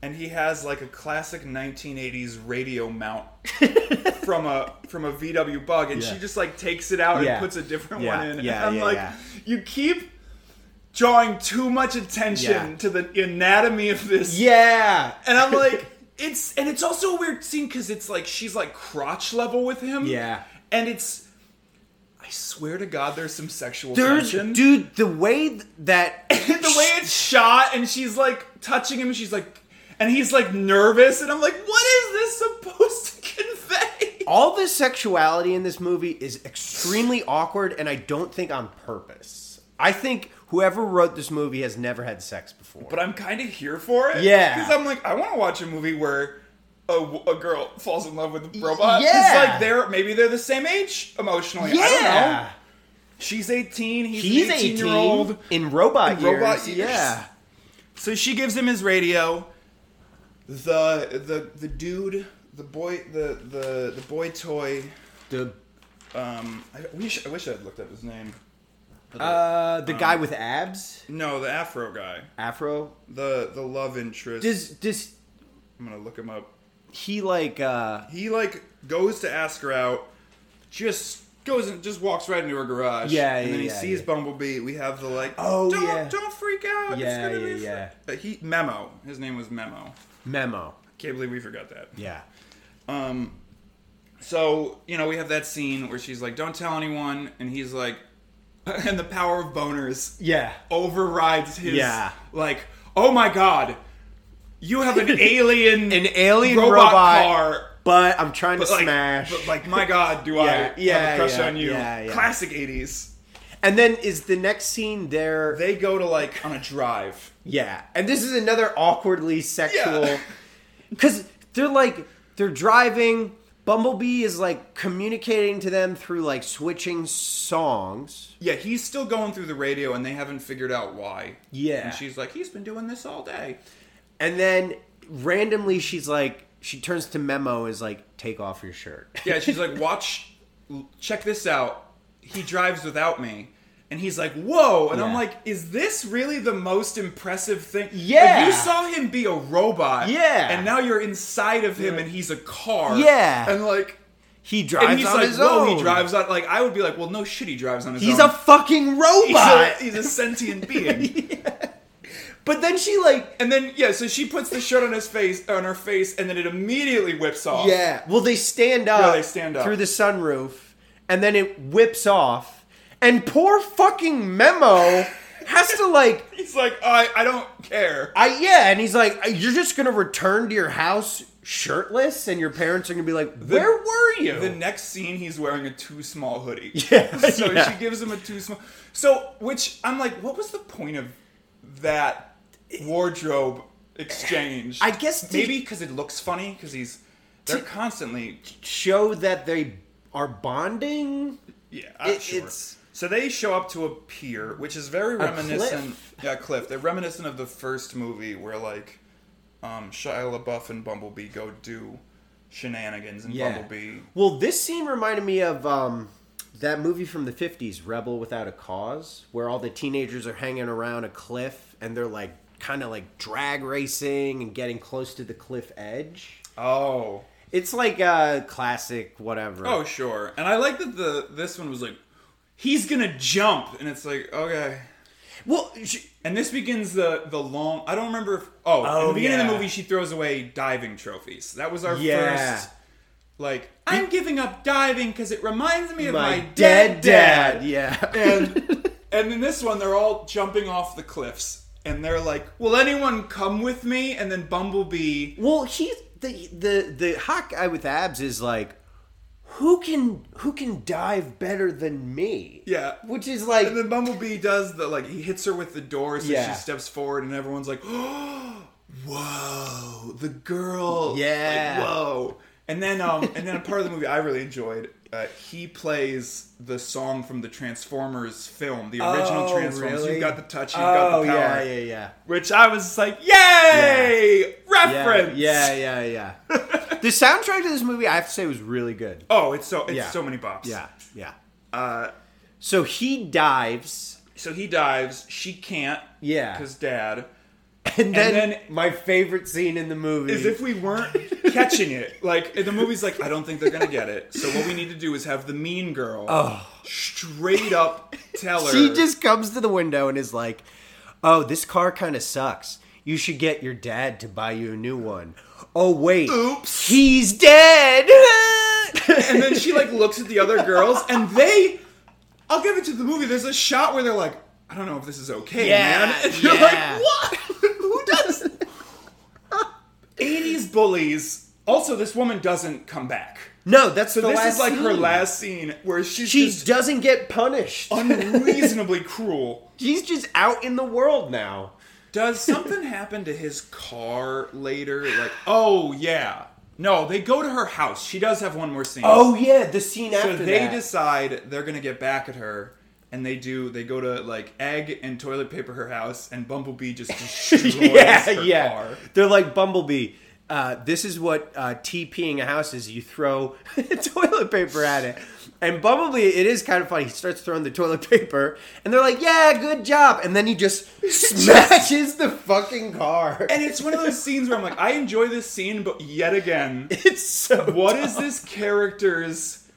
and he has like a classic 1980s radio (laughs) mount from a from a VW Bug, and she Yeah. just like takes it out Yeah. and puts a different Yeah, one in. yeah, and I'm yeah, like, yeah. you keep drawing too much attention Yeah. to the anatomy of this yeah, and (laughs) I'm like, it's and it's also a weird scene because it's like she's like crotch level with him. Yeah. and it's. I swear to God, there's some sexual There's, tension. dude, the way th- that (laughs) the way it's shot, and she's like touching him, and she's like, and he's like nervous, and I'm like, what is this supposed to (laughs) convey? all the sexuality in this movie is extremely awkward, and I don't think on purpose. I think whoever wrote this movie has never had sex before. But I'm kind of here for it. Yeah. because I'm like, I want to watch a movie where. A, w- a girl falls in love with a robot. yeah. It's like they're maybe they're the same age emotionally. uh, I don't know. yeah, She's 18. He's, he's an 18, eighteen year old. in robot In years. robot years. Yeah, So she gives him his radio. The the the dude, the boy, the the the boy toy. the Um, I wish I wish I had looked up his name. uh, the guy with abs, No, the Afro guy, afro. the the love interest. Does does I'm gonna look him up. he like? uh He like goes to ask her out, just goes and just walks right into her garage. Yeah, and yeah, then he yeah, sees yeah. Bumblebee. We have the like, Oh, don't, yeah. don't freak out. it's Yeah, gonna yeah, be fr-" yeah. But he Memo. His name was Memo. Memo. Can't believe we forgot that. Yeah. Um, so you know we have that scene where she's like, "Don't tell anyone," and he's like, (laughs) and the power of boners Yeah. overrides his Yeah. like, "Oh my god, you have (laughs) an alien, An alien robot, robot, car." but I'm trying But to like, smash. but like, my God, do (laughs) Yeah, I have yeah, a crush yeah, on you? yeah, yeah. Classic '80s. and then is the next scene there? They go to like on a drive. yeah, and this is another awkwardly sexual (laughs) Yeah. because they're like they're driving. Bumblebee is like communicating to them through like switching songs. Yeah, he's still going through the radio, and they haven't figured out why. Yeah. and she's like, "He's been doing this all day." And then randomly she's like she turns to Memo is like take off your shirt. Yeah, she's like, watch, l- check this out. He drives without me. And he's like, whoa. And I'm Yeah. like, is this really the most impressive thing? Like, Yeah. you saw him be a robot. Yeah. And now you're inside of him and he's a car. Yeah. And like, He drives and he's on like, his whoa, own. he drives on. Like, I would be like, well, no shit, he drives on his He's a own. fucking (laughs) He's a, robot. he's a (laughs) sentient being. but then she like And then, yeah, so she puts the shirt on his face, on her face, and then it immediately whips off. Yeah. Oh. Well, they stand up. they stand up. through the sunroof, and then it whips off, and poor fucking Memo has to like. He's like, I, I don't care. I yeah, and he's like, "You're just gonna return to your house shirtless, and your parents are gonna be like, where were you?" The next scene, he's wearing a too small hoodie. (laughs) Yeah, (laughs) so yeah. she gives him a too small. So, which I'm like, what was the point of that wardrobe exchange? I guess to- maybe because it looks funny because he's they're constantly Show that they are bonding. yeah I'm It- sure. it's- so they show up to a pier, which is very reminiscent. cliff. Yeah, cliff. They're reminiscent of the first movie where like um, Shia LaBeouf and Bumblebee go do shenanigans, and Bumblebee Well, this scene reminded me of um, that movie from the 50s, Rebel Without a Cause, where all the teenagers are hanging around a cliff and they're like kind of like drag racing and getting close to the cliff edge. oh It's like a classic whatever. Oh sure, and I like that the this one was like, he's gonna jump, and it's like okay, well, sh- and this begins the the long. I don't remember if oh, in the Oh, beginning of the yeah. movie she throws away diving trophies. That was our Yeah. first like I'm giving up diving because it reminds me of my, my, dead, dad. Yeah. Yeah. And and in this one they're all jumping off the cliffs. And they're like, "Will anyone come with me?" And then Bumblebee well, he the the the hot guy with abs is like, who can who can dive better than me? Yeah. which is like And then Bumblebee does the like he hits her with the door, so Yeah. she steps forward, and everyone's like, (gasps) "Whoa, the girl!" Yeah. like, whoa. And then um, and then a part of the movie I really enjoyed. Uh, he plays the song from the Transformers film, the original Oh, Transformers. really? You got the touch, you got Oh, the power. yeah, yeah, yeah. Which I was like, "Yay, Yeah, reference!" Yeah, yeah, (laughs) yeah. the soundtrack to this movie, I have to say, was really good. Oh, it's so it's Yeah. so many bops. Yeah, yeah. So he dives, So he dives. She can't. Yeah. Because dad. and then, then- my favorite scene in the movie As if we weren't catching it. Like and the movie's like, I don't think they're gonna get it. So what we need to do is have the mean girl straight up tell her. Oh. she just comes to the window and is like, "Oh, this car kind of sucks. You should get your dad to buy you a new one." Oh wait, Oops. (laughs) he's dead. and then she like looks at the other girls and they I'll give it to the movie. There's a shot where they're like, I don't know if this is okay, Yeah, man. (laughs) And you're yeah. like, what? (laughs) Who does 80s bullies. Also, this woman doesn't come back. no, that's So the this last is like her scene. last scene where she's She just Oh, doesn't get punished. unreasonably cruel. She's just out in the world now. Does (laughs) something happen to his car later? Like, oh yeah. No, they go to her house. She does have one more scene. Oh yeah, the scene so after they that. (laughs) decide they're gonna get back at her and they do they go to like egg and toilet paper her house and bumblebee (laughs) just destroys her car They're like Bumblebee. Uh, this is what uh, TPing a house is. You throw (laughs) toilet paper at it. And Bumblebee, it is kind of funny. He starts throwing the toilet (laughs) paper, and they're like, yeah, good job. And then he (laughs) just smashes the fucking car. and it's one of those scenes where i'm like i enjoy this scene but yet again (laughs) (laughs) It's so. what is this character's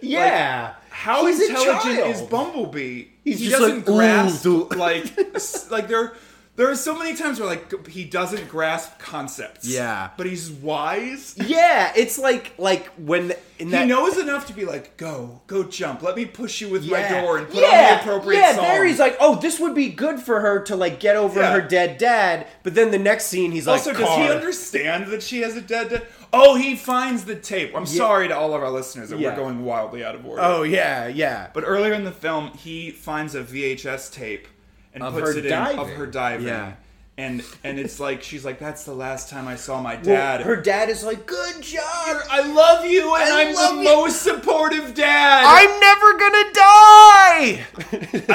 Yeah. how He's a intelligent child. is bumblebee He's he just doesn't like, "Ooh, grasp (laughs) dude." like s- like there there are so many times where like he doesn't grasp concepts Yeah. but he's wise Yeah, it's like like when in that he knows enough to be like, go, go jump. Let me push you with my door and put on yeah. the appropriate yeah, song. there he's like, oh, this would be good for her to like get over Yeah. her dead dad. But then the next scene, he's like, also, does he "Car." understand that she has a dead dad? Oh, he finds the tape. I'm sorry to all of our listeners that Yeah. we're going wildly out of order. Oh yeah, yeah. But earlier in the film, he finds a VHS tape and Of puts her it in of diving. her diving. Yeah. And and it's like she's like, that's the last time I saw my Well, dad. her dad is like, "Good job. I love you, and I I'm love the you." most supportive dad. never gonna die."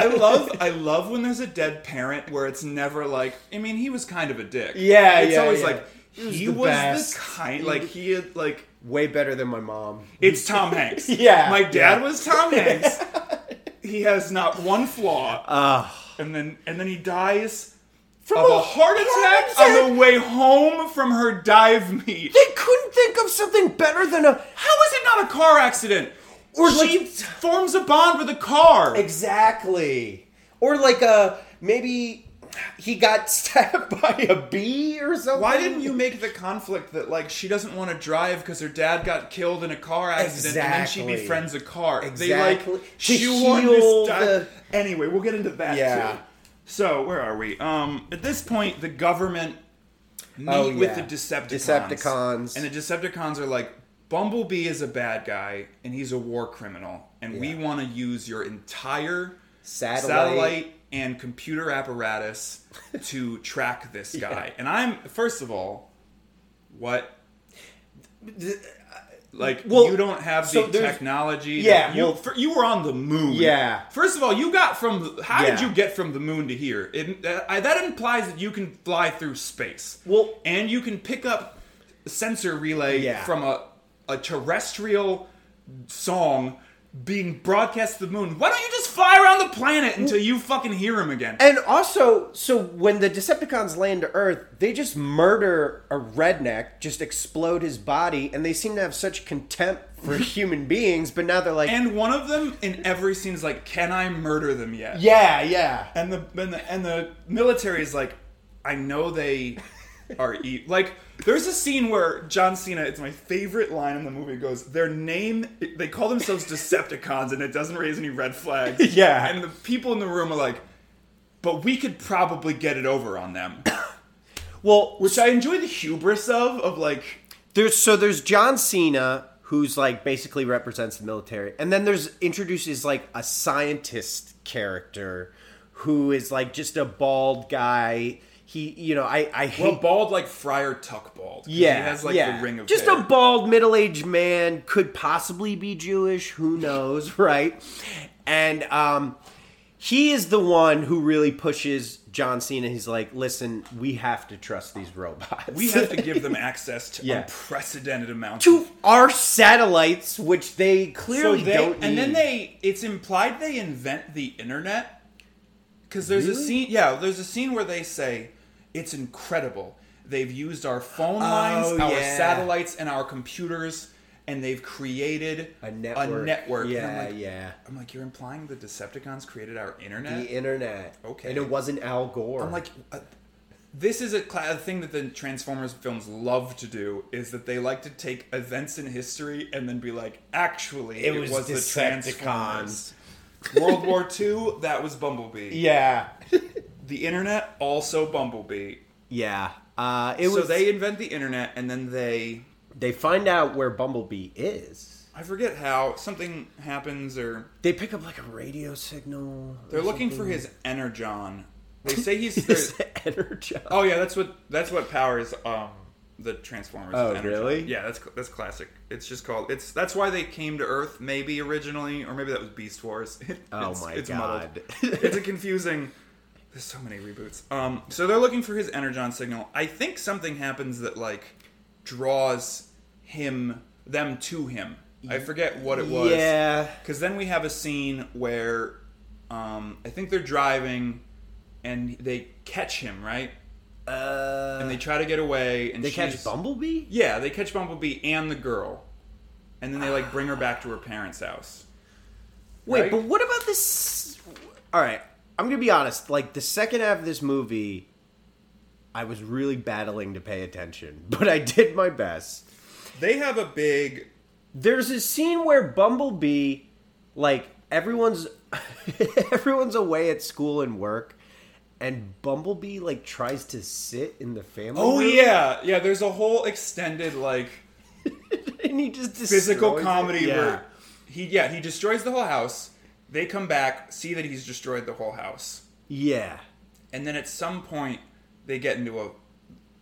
(laughs) I love I love when there's a dead parent where it's never like I mean he was kind of a dick. Yeah, It's yeah, always yeah. like he was, was the, the best. kind like he had, like (laughs) Way better than my mom. (laughs) it's Tom Hanks. Yeah, My dad yeah. was Tom (laughs) Hanks. he has not one flaw. and then and then he dies from of a, a Oh, heart attack, on the way home from her dive meet. They couldn't think of something better than a How is it not a car accident? Or she like- forms a bond with a car. exactly, or like a maybe he got (laughs) stabbed by a bee or something. Why didn't you make the conflict that like she doesn't want to drive because her dad got killed in a car accident and then Exactly. she befriends a car? They Exactly. like To shoehorn heal this di- the- Anyway, we'll get into that Yeah. too. So where are we? Um, at this point, the government meet Oh, with the yeah. Decepticons. Decepticons. and the Decepticons are like, Bumblebee is a bad guy and he's a war criminal, and we Yeah. want to use your entire Satellite. satellite and computer apparatus to track (laughs) this guy. And I'm first of all, what like Well, you don't have so the there's- technology. that Yeah, you well- fir- you were on the moon. Yeah. First of all, you got from how did Yeah. you get from the moon to here? It, that, I, that implies that you can fly through space. Well- and you can pick up a sensor relay Yeah. from a a terrestrial song being broadcast to the moon. Why don't you just fly around the planet until you fucking hear him again? And also, so when the Decepticons land to Earth, they just murder a redneck, just explode his body, and they seem to have such contempt for (laughs) human beings. But now they're like, And one of them in every scene is like, "Can I murder them yet?" yeah, yeah. and the and the, and the military is like, I know (laughs) they are e-. like. There's a scene where John Cena. It's my favorite line in the movie. Goes their name. They call themselves Decepticons, and it doesn't raise any red flags. (laughs) Yeah. and the people in the room are like, but we could probably get it over on them, Well, which I enjoy the hubris of. Of like, There's so there's John Cena who's like basically represents the military, and then there's introduces like a scientist character who is like just a bald guy. He, you know, I I hate. well, bald like Friar Tuck bald. 'cause yeah, he has like yeah. the ring of just hair. a bald middle-aged man (laughs) could possibly be Jewish. Who knows, right? And um, he is the one who really pushes John Cena. He's like, listen, we have to trust these robots. We (laughs) have to give (laughs) them access to Yeah. unprecedented amounts of to our satellites, which they clearly so they, don't. and then need. they it's implied they invent the internet because there's a Really? scene yeah there's a scene where they say it's incredible they've used our phone lines our Oh, yeah. satellites and our computers and they've created a network. network. And Yeah, I'm like, yeah. I'm like you're implying the Decepticons created our internet The internet. Okay. And it wasn't Al Gore. I'm like, uh, this is a, cla- a thing that the Transformers films love to do is that they like to take events in history and then be like, actually, It it, was was, the Decepticons. Transformers. World War II, that was Bumblebee. yeah, The internet, also Bumblebee. (laughs) yeah. Uh, it so was. they invent the internet and then they, they find out where Bumblebee is. I forget how, something happens or They pick up like a radio signal. (laughs) they're looking for his Energon. They say he's. It's they're- energy. Oh yeah, that's what that's what powers um the Transformers. Oh, energy. really? Yeah, that's that's classic. It's just called it's that's why they came to Earth maybe originally, or maybe that was Beast Wars. (laughs) It- Oh it's, my it's God. muddled. (laughs) it's a confusing. There's so many reboots. Um, so they're looking for his energon signal. I think something happens that like draws him them to him. I forget what it was. Yeah. Because then we have a scene where um, I think they're driving and they catch him, right? Uh, and they try to get away and they she's- catch Bumblebee. yeah they catch bumblebee and the girl and then they like bring her back to her parents house Wait, right? but what about this? All right, I'm gonna be honest. Like the second half of this movie, I was really battling to pay attention, (laughs) but I did my best. they have a big There's a scene where Bumblebee, like everyone's, (laughs) everyone's away at school and work, and Bumblebee like tries to sit in the family. oh room, yeah yeah there's a whole extended like (laughs) and he just physical destroys it. comedy Yeah. where he yeah he destroys the whole house they come back see that he's destroyed the whole house Yeah, and then at some point they get into a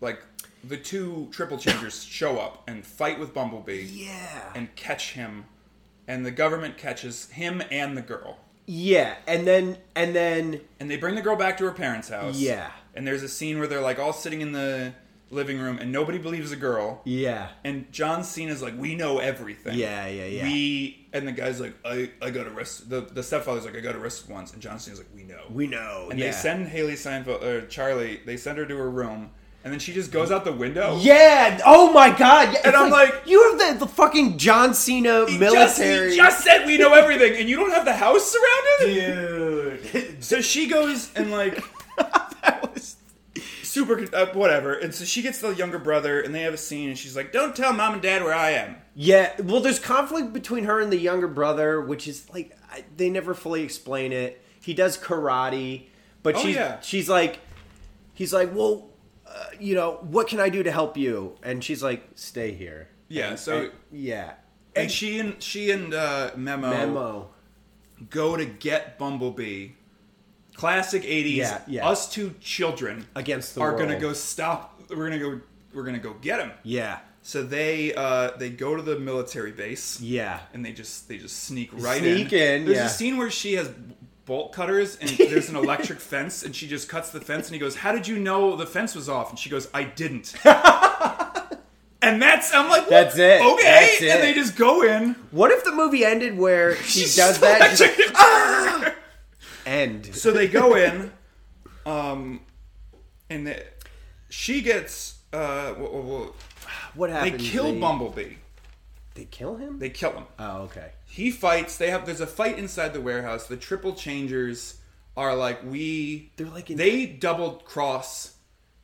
like the two triple changers show up and fight with bumblebee yeah. and catch him and the government catches him and the girl Yeah, and then and then and they bring the girl back to her parents' house. Yeah. And there's a scene where they're like all sitting in the living room and nobody believes the girl. yeah. And John Cena's like, we know everything. Yeah, yeah, yeah. We and the guy's like, I, I got arrested. The the stepfather's like, I got arrested once, and John Cena's like, we know. We know. and yeah. they send Haley Seinfeld or Charlie. They send her to her room, and then she just goes out the window. Yeah. Oh my god. Yeah, And it's I'm like- you have the, the fucking John He Cena just- he military. just said we know everything, and you don't have the house surrounded. dude. So she goes and like (laughs) that was super uh, whatever and so she gets the younger brother and they have a scene and she's like don't tell mom and dad where i am Yeah, well there's conflict between her and the younger brother, which is like I, they never fully explain it. He does karate, but Oh, she's yeah. she's like he's like, "Well, uh, you know, what can I do to help you?" And she's like, "Stay here." yeah so and, Yeah. she and she and uh, memo, Memo. go to get bumblebee classic 80s Yeah, yeah. us two children Against the are gonna world. go stop we're gonna go we're gonna go get him Yeah. so they uh they go to the military base Yeah. and they just they just sneak right Sneak in, There's yeah. a scene where she has bolt cutters (laughs) and there's an electric fence and she just cuts the fence and he goes, "How did you know the fence was off?" And she goes, "I (laughs) didn't." and that's I'm like, That's it. Okay, That's it. and they just go in. What if the movie ended (laughs) where she (laughs) does that? She's like, (laughs) end. so they go in, um, and the, she gets uh, wha- wha- wha- What they happens? kill Bumblebee. They kill him. They kill him. oh, okay. he fights they have there's a fight inside the warehouse the triple changers are like we They're like in- they double cross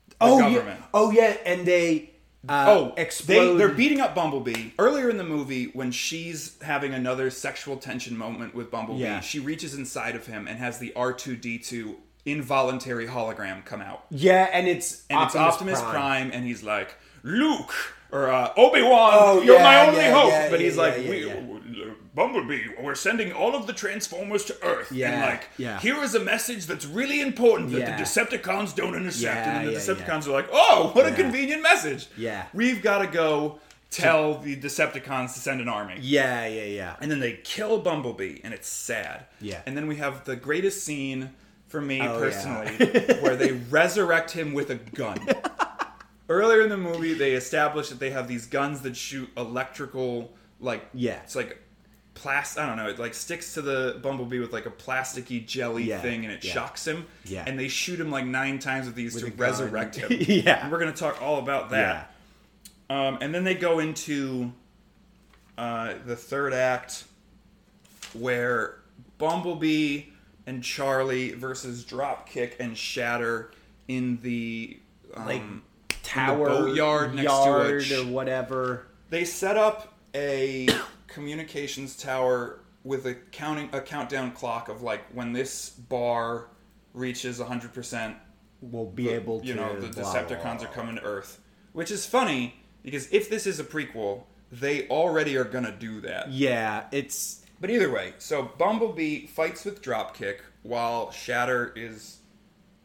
the oh, government Yeah. Oh, yeah. And they. Uh, oh explode. they, they're beating up bumblebee earlier in the movie when she's having another sexual tension moment with bumblebee Yeah. she reaches inside of him and has the r2d2 involuntary hologram come out yeah, and it's and it's Optimus Prime. and he's like, Luke or uh, Obi Wan, Oh, you're yeah, my only yeah, hope. yeah, but yeah, he's yeah, like, yeah, we, yeah. w- uh, Bumblebee, we're sending all of the Transformers to Earth, and Yeah, like, yeah. here is a message that's really important that Yeah. the Decepticons don't intercept, Yeah, and then the yeah, yeah. Decepticons are like, oh, what Yeah. a convenient message. Yeah. we've got to go tell the Decepticons to send an army. Yeah, yeah, yeah. And then they kill Bumblebee, and it's sad. Yeah. Oh, And then we have the greatest scene for me yeah. personally, (laughs) where they resurrect him with a gun. Earlier in the movie, they establish that they have these guns that shoot electrical, like Yeah. it's like plastic. I don't know. It like sticks to the Bumblebee with like a plasticky jelly Yeah, thing, and it yeah. shocks him. Yeah. And they shoot him like nine times with these a to gun. resurrect him. (laughs) Yeah. And we're gonna talk all about that. Yeah. Um, and then they go into uh, the third act where Bumblebee and Charlie versus Dropkick and Shatter in the. Um, Like tower boatyard next to a yard ch- or whatever. they set up a (coughs) communications tower with a counting a countdown clock of like when this bar reaches 100% Will be able to you know the blah, blah, Decepticons blah. are coming to Earth, which is funny because if this is a prequel, they already are gonna do that. Yeah, it's But either way, so Bumblebee fights with Dropkick while Shatter is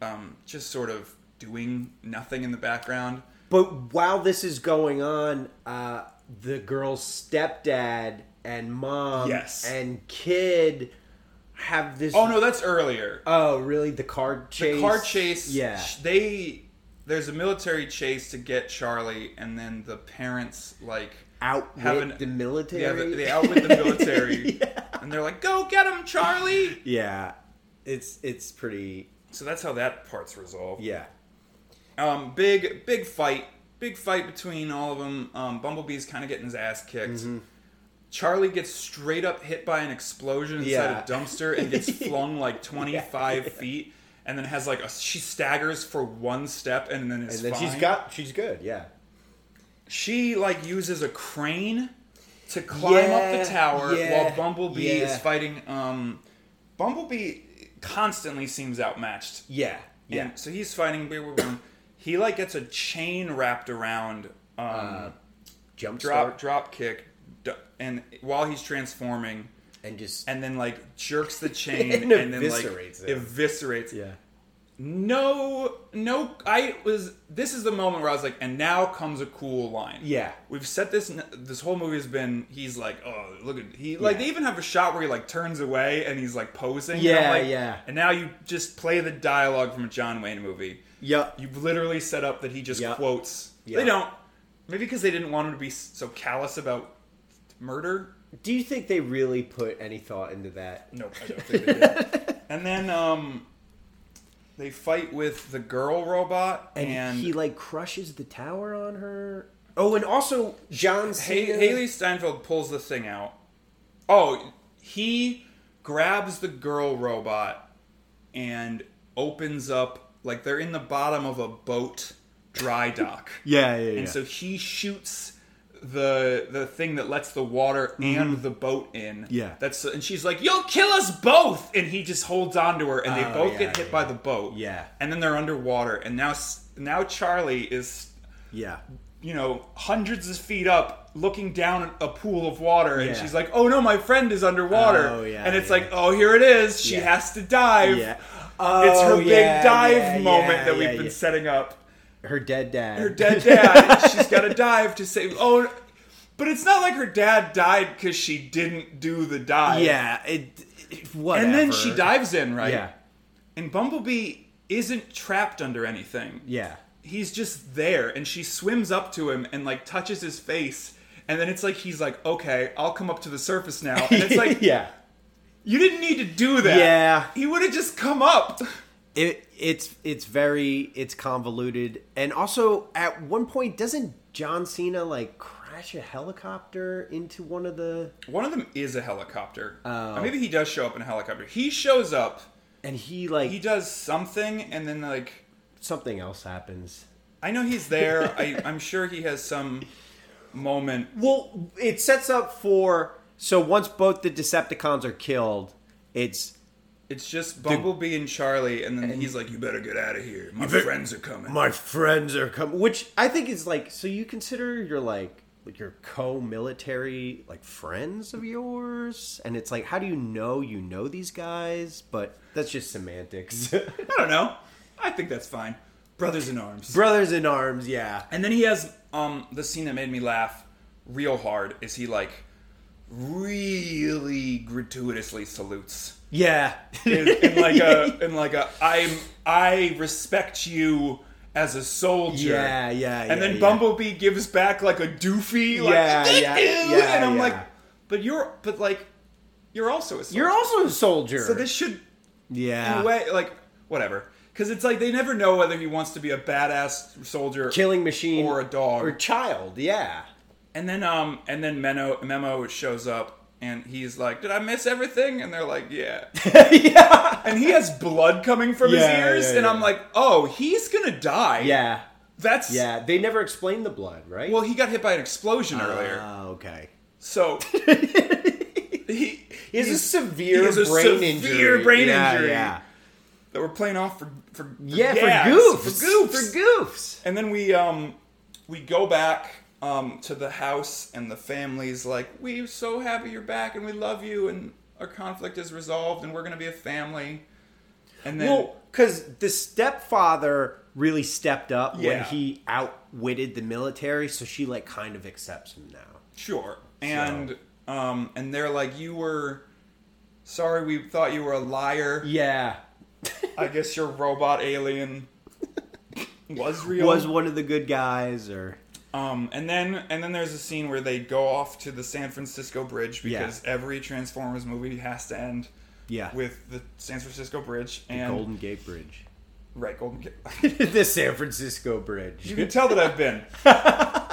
um, just sort of doing nothing in the background. But while this is going on, uh, the girl's stepdad and mom Yes. and kid have this. Oh no, that's earlier. Oh, really? The car chase. The car chase. Yeah. sh- They there's a military chase to get Charlie, and then the parents like Outwit have an- the Yeah, military. they, they outwit the (laughs) military, and they're like, "Go get him, Charlie!" yeah, it's it's pretty. So that's how that part's resolved. Yeah, Um, big, big fight. Big fight between all of them. Um, Bumblebee's kind of getting his ass kicked. Mm-hmm. Charlie gets straight up hit by an explosion inside Yeah. a dumpster and (laughs) gets flung like 25 feet and then has like a. She staggers for one step and then is and then she's fine. got she's good. Yeah, She like uses a crane to climb up the Yeah, tower yeah, while Bumblebee yeah. is fighting. Um, Bumblebee constantly seems outmatched yeah, yeah. and so he's fighting. blah, blah, blah. He like gets a chain wrapped around um, Jump drop start drop kick, d- and while he's transforming, and just and then like jerks (laughs) the chain and, And then like eviscerates him. eviscerates. yeah, No, no. I was. This is the moment where I was like, and now comes a cool line. Yeah. we've set this. n- This whole movie has been. He's like, oh, look at he. Like Yeah. they even have a shot where he like turns away and he's like posing. and I'm Yeah, like- yeah. And now you just play the dialogue from a John Wayne movie. Yup. You've literally set up that he just Yep. quotes. They Yep. don't. Maybe because they didn't want him to be s- so callous about murder. Do you think they really put any thought into that? Nope, I don't think they did. and then um, they fight with the girl robot and, And, he like crushes the tower on her. Oh, and also John Ha- Cena. Haley Steinfeld pulls the thing out. Oh, he grabs the girl robot and opens up like they're in the bottom of a boat dry dock. Yeah, yeah, yeah. And so he shoots the the thing that lets the water and the boat in. Mm-hmm. Yeah. That's and she's like, "You'll kill us both!" And he just holds on to her, and they Oh, both yeah, get hit yeah, by yeah. the boat. Yeah. And then they're underwater, and now s- now Charlie is (laughs) yeah. you know hundreds of feet up looking down at a pool of water and Yeah. she's like oh no my friend is underwater Oh, yeah, and it's yeah. like oh here it is she Yeah. has to dive Yeah. it's her Oh, yeah, big dive yeah, moment yeah, that we've yeah, been yeah. setting up Her dead dad. her dead dad. she's got to dive to save. Oh, but it's not like her dad died because she didn't do the dive. Yeah, it, it whatever. And then she dives in, right? Yeah. And Bumblebee isn't trapped under anything. Yeah. He's just there, and she swims up to him and like touches his face. And then it's like he's like, okay, I'll come up to the surface now. And (laughs) it's like, yeah. you didn't need to do that. Yeah. He would have just come up. It it's it's very it's convoluted. And also at one point doesn't John Cena like crash a helicopter into one of the One of them is a helicopter. Oh. Or Maybe he does show up in a helicopter. He shows up. and he like he does something and then like something else happens. i know he's there I, i'm sure he has some moment Well, it sets up for so once both the Decepticons are killed, it's it's just bumblebee and charlie and then he's like you better get out of here my friends are coming my friends are coming which i think is like so you consider your like like your co-military like friends of yours and it's like how do you know you know these guys but that's just (laughs) semantics i don't know i think that's fine brothers in arms brothers in arms yeah and then he has um the scene that made me laugh real hard is he like really gratuitously salutes Yeah. in, in (laughs) like a in like a I'm I respect you as a soldier. Yeah, yeah, yeah, And then yeah. Bumblebee gives back like a doofy like Yeah, yeah, "Ew," yeah, and I'm yeah. like but you're but like you're also a soldier. You're also a soldier. so this should yeah. in a way like whatever because it's like they never know whether he wants to be a badass soldier Killing machine or a dog or child. Yeah. and then um and then memo memo shows up and he's like did i miss everything and they're like yeah (laughs) yeah. and he has blood coming from his Yeah, ears yeah, and yeah. i'm like oh he's gonna die Yeah. that's Yeah. They never explained the blood, right? well he got hit by an explosion earlier Ah, okay. (laughs) so he He has a he's- severe he has a brain severe injury. brain yeah, injury. Yeah. that we're playing off for for, for Yeah, gags, for goofs. for goofs For goofs. And then we um we go back um to the house and the family's like, We're so happy you're back and we love you and our conflict is resolved and we're gonna be a family. And then Well, because the stepfather really stepped up Yeah. when he outwitted the military, so she like kind of accepts him now. sure. And um and they're like, You were sorry we thought you were a liar. Yeah, I guess your robot (laughs) alien was real. was one of the good guys, or Um, and then and then there's a scene where they go off to the San Francisco Bridge Yeah. because every Transformers movie has to end yeah, with the San Francisco Bridge and Golden Gate Bridge, (laughs) right Golden Gate. (laughs) the San Francisco Bridge. you can tell that I've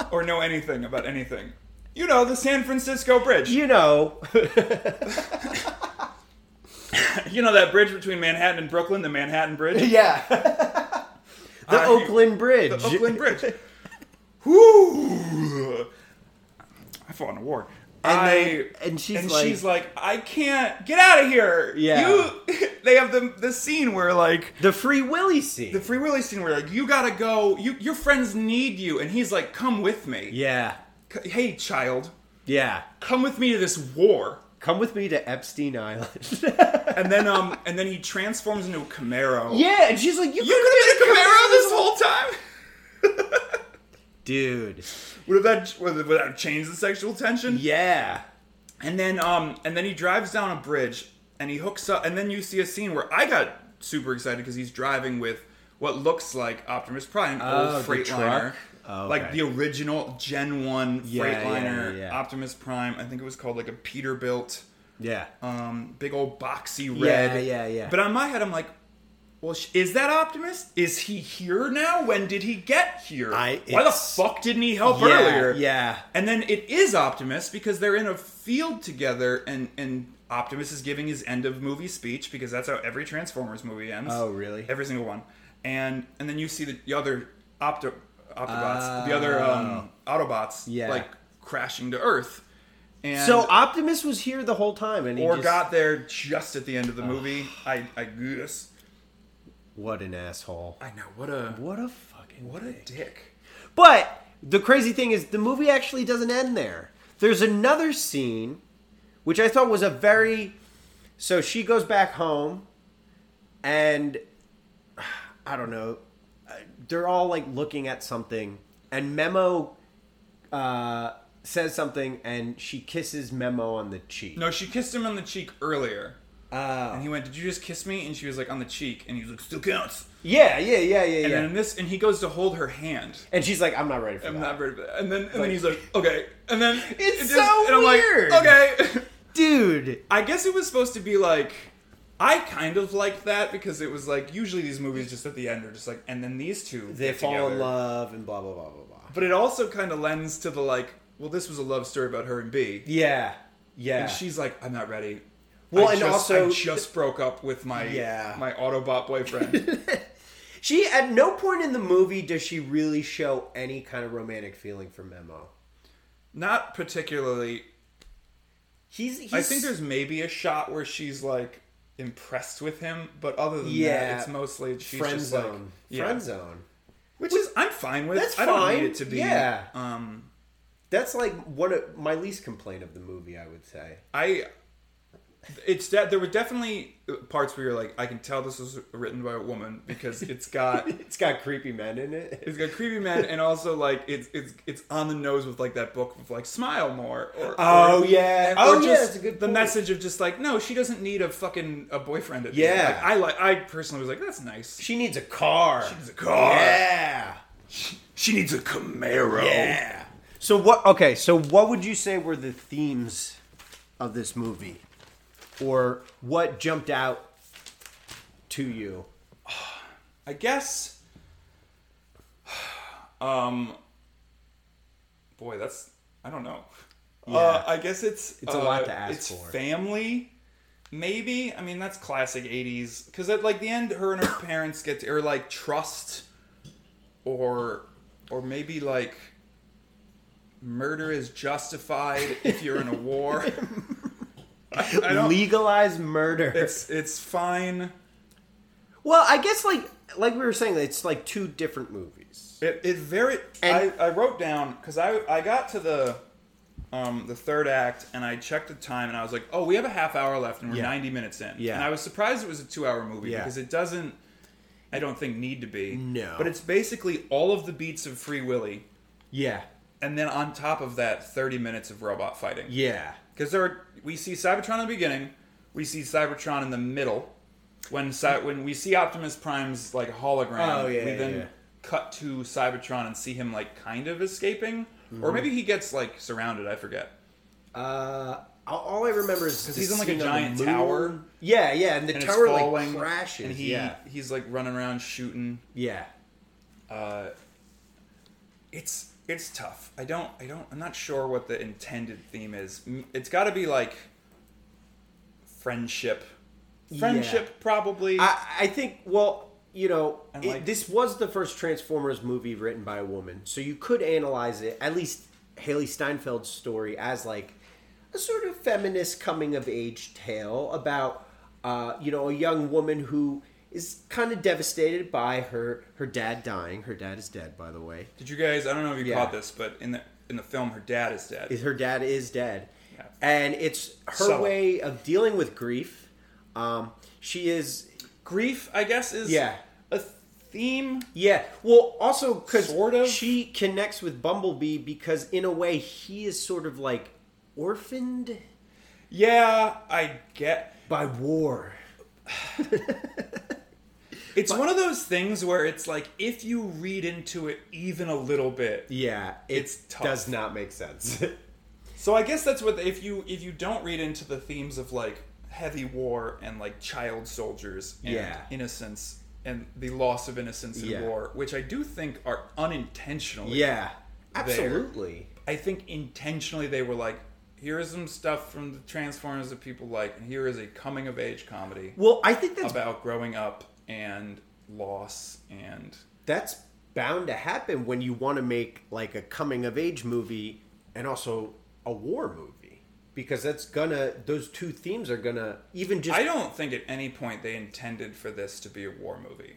(laughs) been or know anything about anything. You know the San Francisco Bridge. You know, (laughs) You know that bridge between Manhattan and Brooklyn, the Manhattan Bridge, (laughs) yeah, the I- Oakland Bridge, the Oakland Bridge. (laughs) Whoo! I fought in a war. and, I then- and she's and like, she's like, I can't get out of here. Yeah. you. (laughs) They have the the scene where like the Free Willy scene. the free willy scene where like you gotta go. You your friends need you, and he's like, come with me. yeah, C- Hey, child, yeah. come with me to this war. Come with me to Epstein Island. (laughs) And then um (laughs) and then he transforms into a Camaro. yeah, and she's like, you, You could have been a Camaro this whole time. dude. Would have that would have- would that have changed the sexual tension? Yeah, And then um and then he drives down a bridge and he hooks up and then you see a scene where I got super excited because he's driving with what looks like Optimus Prime, an Oh, old the Freightliner. truck? Oh, Like okay. the original Gen 1 Yeah, Freightliner yeah, yeah, yeah. Optimus Prime. I think it was called like a Peterbilt. yeah. Um, big old boxy red. yeah, yeah. But on my head, I'm like, well, sh- is that Optimus? Is he here now? When did he get here? I- Why the it's- fuck didn't he help Yeah, earlier? yeah. And then it is Optimus because they're in a field together, and and Optimus is giving his end of movie speech because that's how every Transformers movie ends. Oh, really? Every single one. And and then you see the, the other Opto Optobots, the other um, Autobots, Oh. Yeah. like crashing to Earth. And so Optimus was here the whole time, and he or just, got there just at the end of the movie. I, I guess. what an asshole. I know what a What a fucking. what a dick. But the crazy thing is, the movie actually doesn't end there. There's another scene, which I thought was a very. So she goes back home, and (sighs) I don't know. uh, They're all like looking at something, and Memo uh, says something, and she kisses Memo on the cheek. No, she kissed him on the cheek earlier, Uh, and he went, "Did you just kiss me?" And she was like, "On the cheek," and he was like, "Still counts." yeah, yeah, yeah, yeah, yeah. And then in this, and he goes to hold her hand. And she's like, I'm not ready for I'm that. not very, and then and then he's like, "Okay," and then It's it so and I'm like, weird. okay, (laughs) Dude. I guess it was supposed to be like. I kind of liked that because it was like usually these movies just at the end are just like, and then these two They get fall in together. love and blah, blah, blah, blah, blah. But it also kind of lends to the like, well, this was a love story about her and B. Yeah. Yeah. And she's like, I'm not ready. Well, I and just, also- I just broke up with my Yeah. my Autobot (laughs) boyfriend. she, at no point in the movie does she really show any kind of romantic feeling for Memo. not particularly. He's, he's I think there's maybe a shot where she's like impressed with him, but other than Yeah. that, it's mostly she's friend just like zone. yeah. Friend zone. which is I'm fine with. That's I don't fine. need it to be. Yeah. Um, That's like one of my least complaint of the movie, I would say. I It's that there were definitely parts where you're like, I can tell this was written by a woman because it's (laughs) got It's got creepy men in it. it's got creepy men and also like it's it's it's on the nose with like that book of like smile more or Oh, or- yeah. and- Oh, or yeah, just that's a good the point. message of just like no she doesn't need a fucking a boyfriend at the Yeah. end. Like, I like I personally was like that's nice She needs a car. She needs a car. Oh. Yeah. she needs a Camaro Yeah. So what? Okay. So what would you say were the themes of this movie, or what jumped out to you? I guess (sighs) um boy that's I don't know uh, I guess it's It's a lot uh, to ask it's for. family maybe I mean that's classic 80s because at like the end her and her (coughs) parents get to or like trust or or maybe like murder is justified if you're in a (laughs) war (laughs) I, I don't, Legalize murder. it's it's fine well, I guess like like we were saying, it's like two different movies. It, it very. And- I, I wrote down because I I got to the um the third act and I checked the time and I was like, oh, we have a half hour left and we're Yeah. ninety minutes in. Yeah. And I was surprised it was a two hour movie Yeah. because it doesn't. I don't think need to be. No. But it's basically all of the beats of Free Willy, Yeah. and then on top of that, thirty minutes of robot fighting. Yeah. Because there, are, we see Cybertron in the beginning, we see Cybertron in the middle. When Cy- when we see Optimus Prime's like hologram, Oh, yeah, we yeah, then yeah. cut to Cybertron and see him like kind of escaping, Mm-hmm. or maybe he gets like surrounded. I forget. Uh, all- all I remember is Because the he's in like a scene on the giant moon. tower, Yeah, yeah, and the and it's tower falling, like crashes. and he yeah, he's like running around shooting. yeah. Uh, it's it's tough. I don't I don't I'm not sure what the intended theme is. M- It's got to be like friendship, friendship probably. I, I think, well, you know, And, it- like- this was the first Transformers movie written by a woman, so you could analyze it, at least Haley Steinfeld's story, as like a sort of feminist coming of age tale about, uh, you know, a young woman who is kind of devastated by her her dad dying. Her dad is dead, by the way. Did you guys? I don't know if you Yeah. caught this, but in the in the film, her dad is dead. Her dad is dead, Yeah. and it's her So- way of dealing with grief. Um, she is, Grief, I guess, is Yeah. a theme. Yeah. Well, also because Sort of. she connects with Bumblebee because in a way he is sort of like orphaned Yeah, I get. by war. It's one of those things where it's like if you read into it even a little bit. Yeah, It's tough. does not (laughs) make sense. So I guess that's what if you if you don't read into the themes of like heavy war and like child soldiers and Yeah. innocence and the loss of innocence in Yeah. war, which I do think are unintentional. yeah, absolutely. I think intentionally they were like, here is some stuff from the Transformers that people like, and here is a coming of age comedy Well, I think that's about growing up and loss and that's bound to happen when you want to make like a coming of age movie and also a war movie because that's gonna those two themes are gonna even just I don't think at any point they intended for this to be a war movie.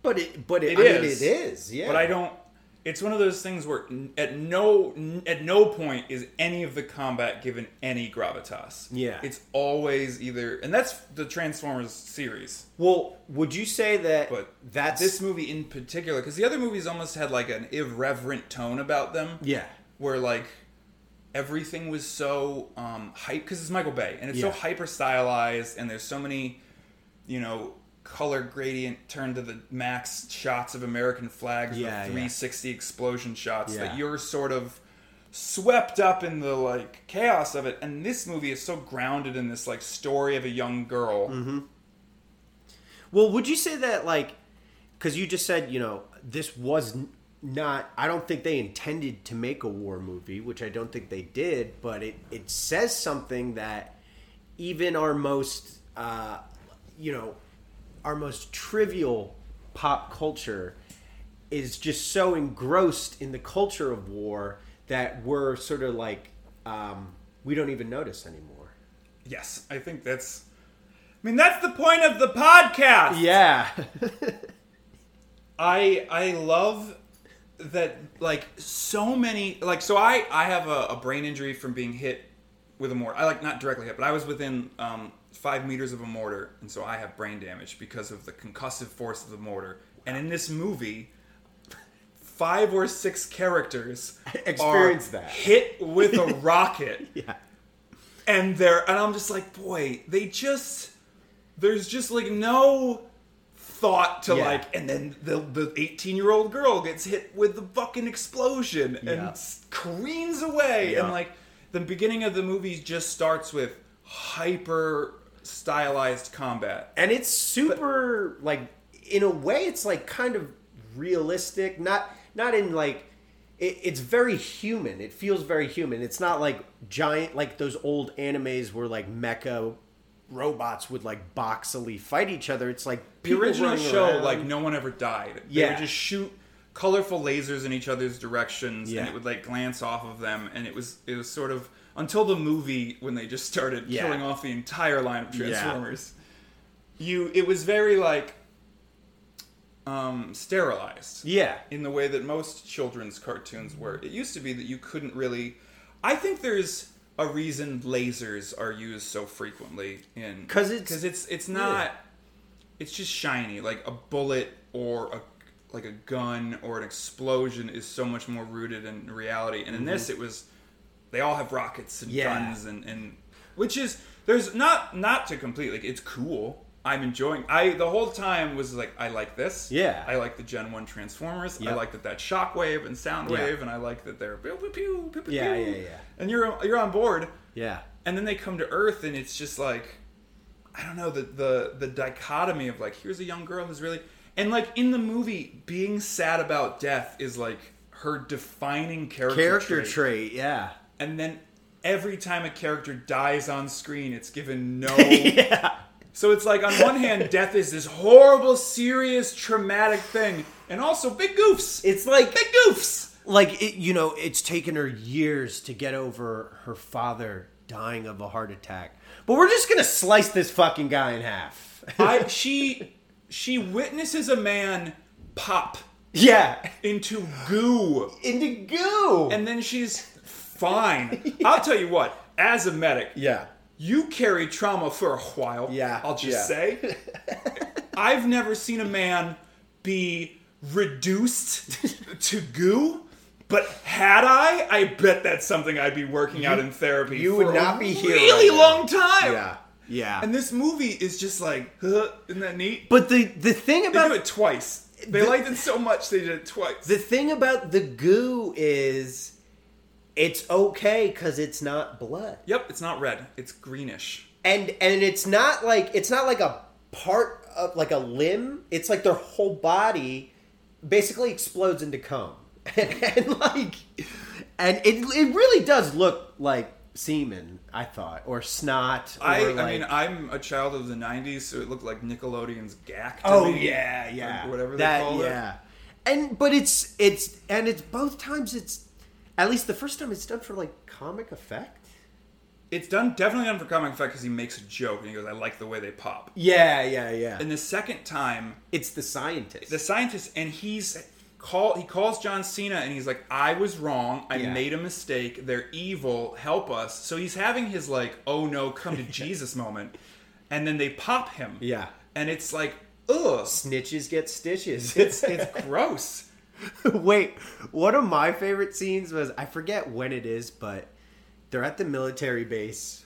but it but It it, I mean, is. it is yeah But I don't it's one of those things where n- at no n- at no point is any of the combat given any gravitas. Yeah. It's always either and that's the Transformers series. Well, would you say that But that's this movie in particular, because the other movies almost had like an irreverent tone about them. Yeah. Where like everything was so um, hype, because it's Michael Bay and it's so Yeah. hyper stylized, and there's so many, you know, color gradient turned to the max shots of American flags Yeah, yeah. with 360 explosion shots Yeah. that you're sort of swept up in the like chaos of it and this movie is so grounded in this like story of a young girl Mm-hmm. Well, would you say that like cuz you just said, you know, this was n- not I don't think they intended to make a war movie, which I don't think they did, but it it says something that even our most uh you know, our most trivial pop culture is just so engrossed in the culture of war that we're sort of like um we don't even notice anymore. Yes, I think that's. I mean, that's the point of the podcast. Yeah. I I love that. Like so many. Like so, I I have a, a brain injury from being hit with a mortar. I like not directly hit, but I was within um, five meters of a mortar, and so I have brain damage because of the concussive force of the mortar. And in this movie, five or six characters (laughs) Experience are that. hit with (laughs) a rocket, Yeah. and they're and I'm just like, boy, they just there's just like no thought to Yeah. like and then the the 18 year old girl gets hit with the fucking explosion and Yeah. s- careens away Yeah. and like the beginning of the movie just starts with hyper stylized combat and it's super like in a way it's like kind of realistic not not in like it, it's very human it feels very human it's not like giant like those old animes where like mecha robots would like boxily fight each other it's like the original running show around. like no one ever died they Yeah. would just shoot colorful lasers in each other's directions Yeah. and it would like glance off of them and it was it was sort of until the movie when they just started Yeah. killing off the entire line of transformers you it was very like um sterilized yeah in the way that most children's cartoons were. It used to be that you couldn't really. I think there's a reason lasers are used so frequently in 'Cause it's- because it's it's not. It's just shiny, like a bullet or a like a gun or an explosion is so much more rooted in reality. And in this, it was they all have rockets and Mm-hmm. Yeah. guns and, and which is there's not not to complete like it's cool. I'm enjoying. I the whole time was like I like this. Yeah. I like the Gen One Transformers. I Yep. like that that shockwave and sound Yeah. wave, and I like that they're pew pew pew pew pew. Yeah, pew. yeah, yeah. And you're you're on board, yeah and then they come to Earth, and it's just like I don't know the the the dichotomy of like here's a young girl who's really and like in the movie being sad about death is like her defining character character trait yeah and then every time a character dies on screen, it's given no. So it's like on one hand, death is this horrible, serious, traumatic thing, and also big goofs. it's like big goofs. like it, you know it's taken her years to get over her father dying of a heart attack but we're just gonna slice this fucking guy in half (laughs) I, she she witnesses a man pop yeah into goo, into goo and then she's fine. I'll tell you what, as a medic, yeah you carry trauma for a while. Yeah, I'll just yeah. (laughs) say. I've never seen a man be reduced to goo, but had I, I bet that's something I'd be working out in therapy. you for would not a be here Really right now. long time. yeah yeah And this movie is just like, huh, isn't that neat? but the the thing They do about it twice. They The- liked it so much they did it twice. the thing about the goo is it's okay because it's not blood yep, it's not red. It's greenish. and and it's not like it's not like a part of like a limb it's like their whole body basically explodes into cum (laughs) and like and it it really does look like semen i thought or snot or I, like, I mean, I'm a child of the '90s, so it looked like Nickelodeon's Gack. To oh me, yeah yeah or whatever that they call it. yeah and but it's it's and it's both times it's at least the first time it's done for like comic effect It's done definitely done for comic effect because he makes a joke and he goes, "I like the way they pop." yeah yeah yeah And the second time, it's the scientist the scientist and he's call he calls John Cena and he's like, "I was wrong. I Yeah. made a mistake. They're evil. Help us." So he's having his like, "Oh no, come to (laughs) Jesus" moment, and then they pop him. Yeah. and it's like, ugh, (laughs) snitches get stitches it's (laughs) it's gross. Wait, one of my favorite scenes was I forget when it is, but they're at the military base,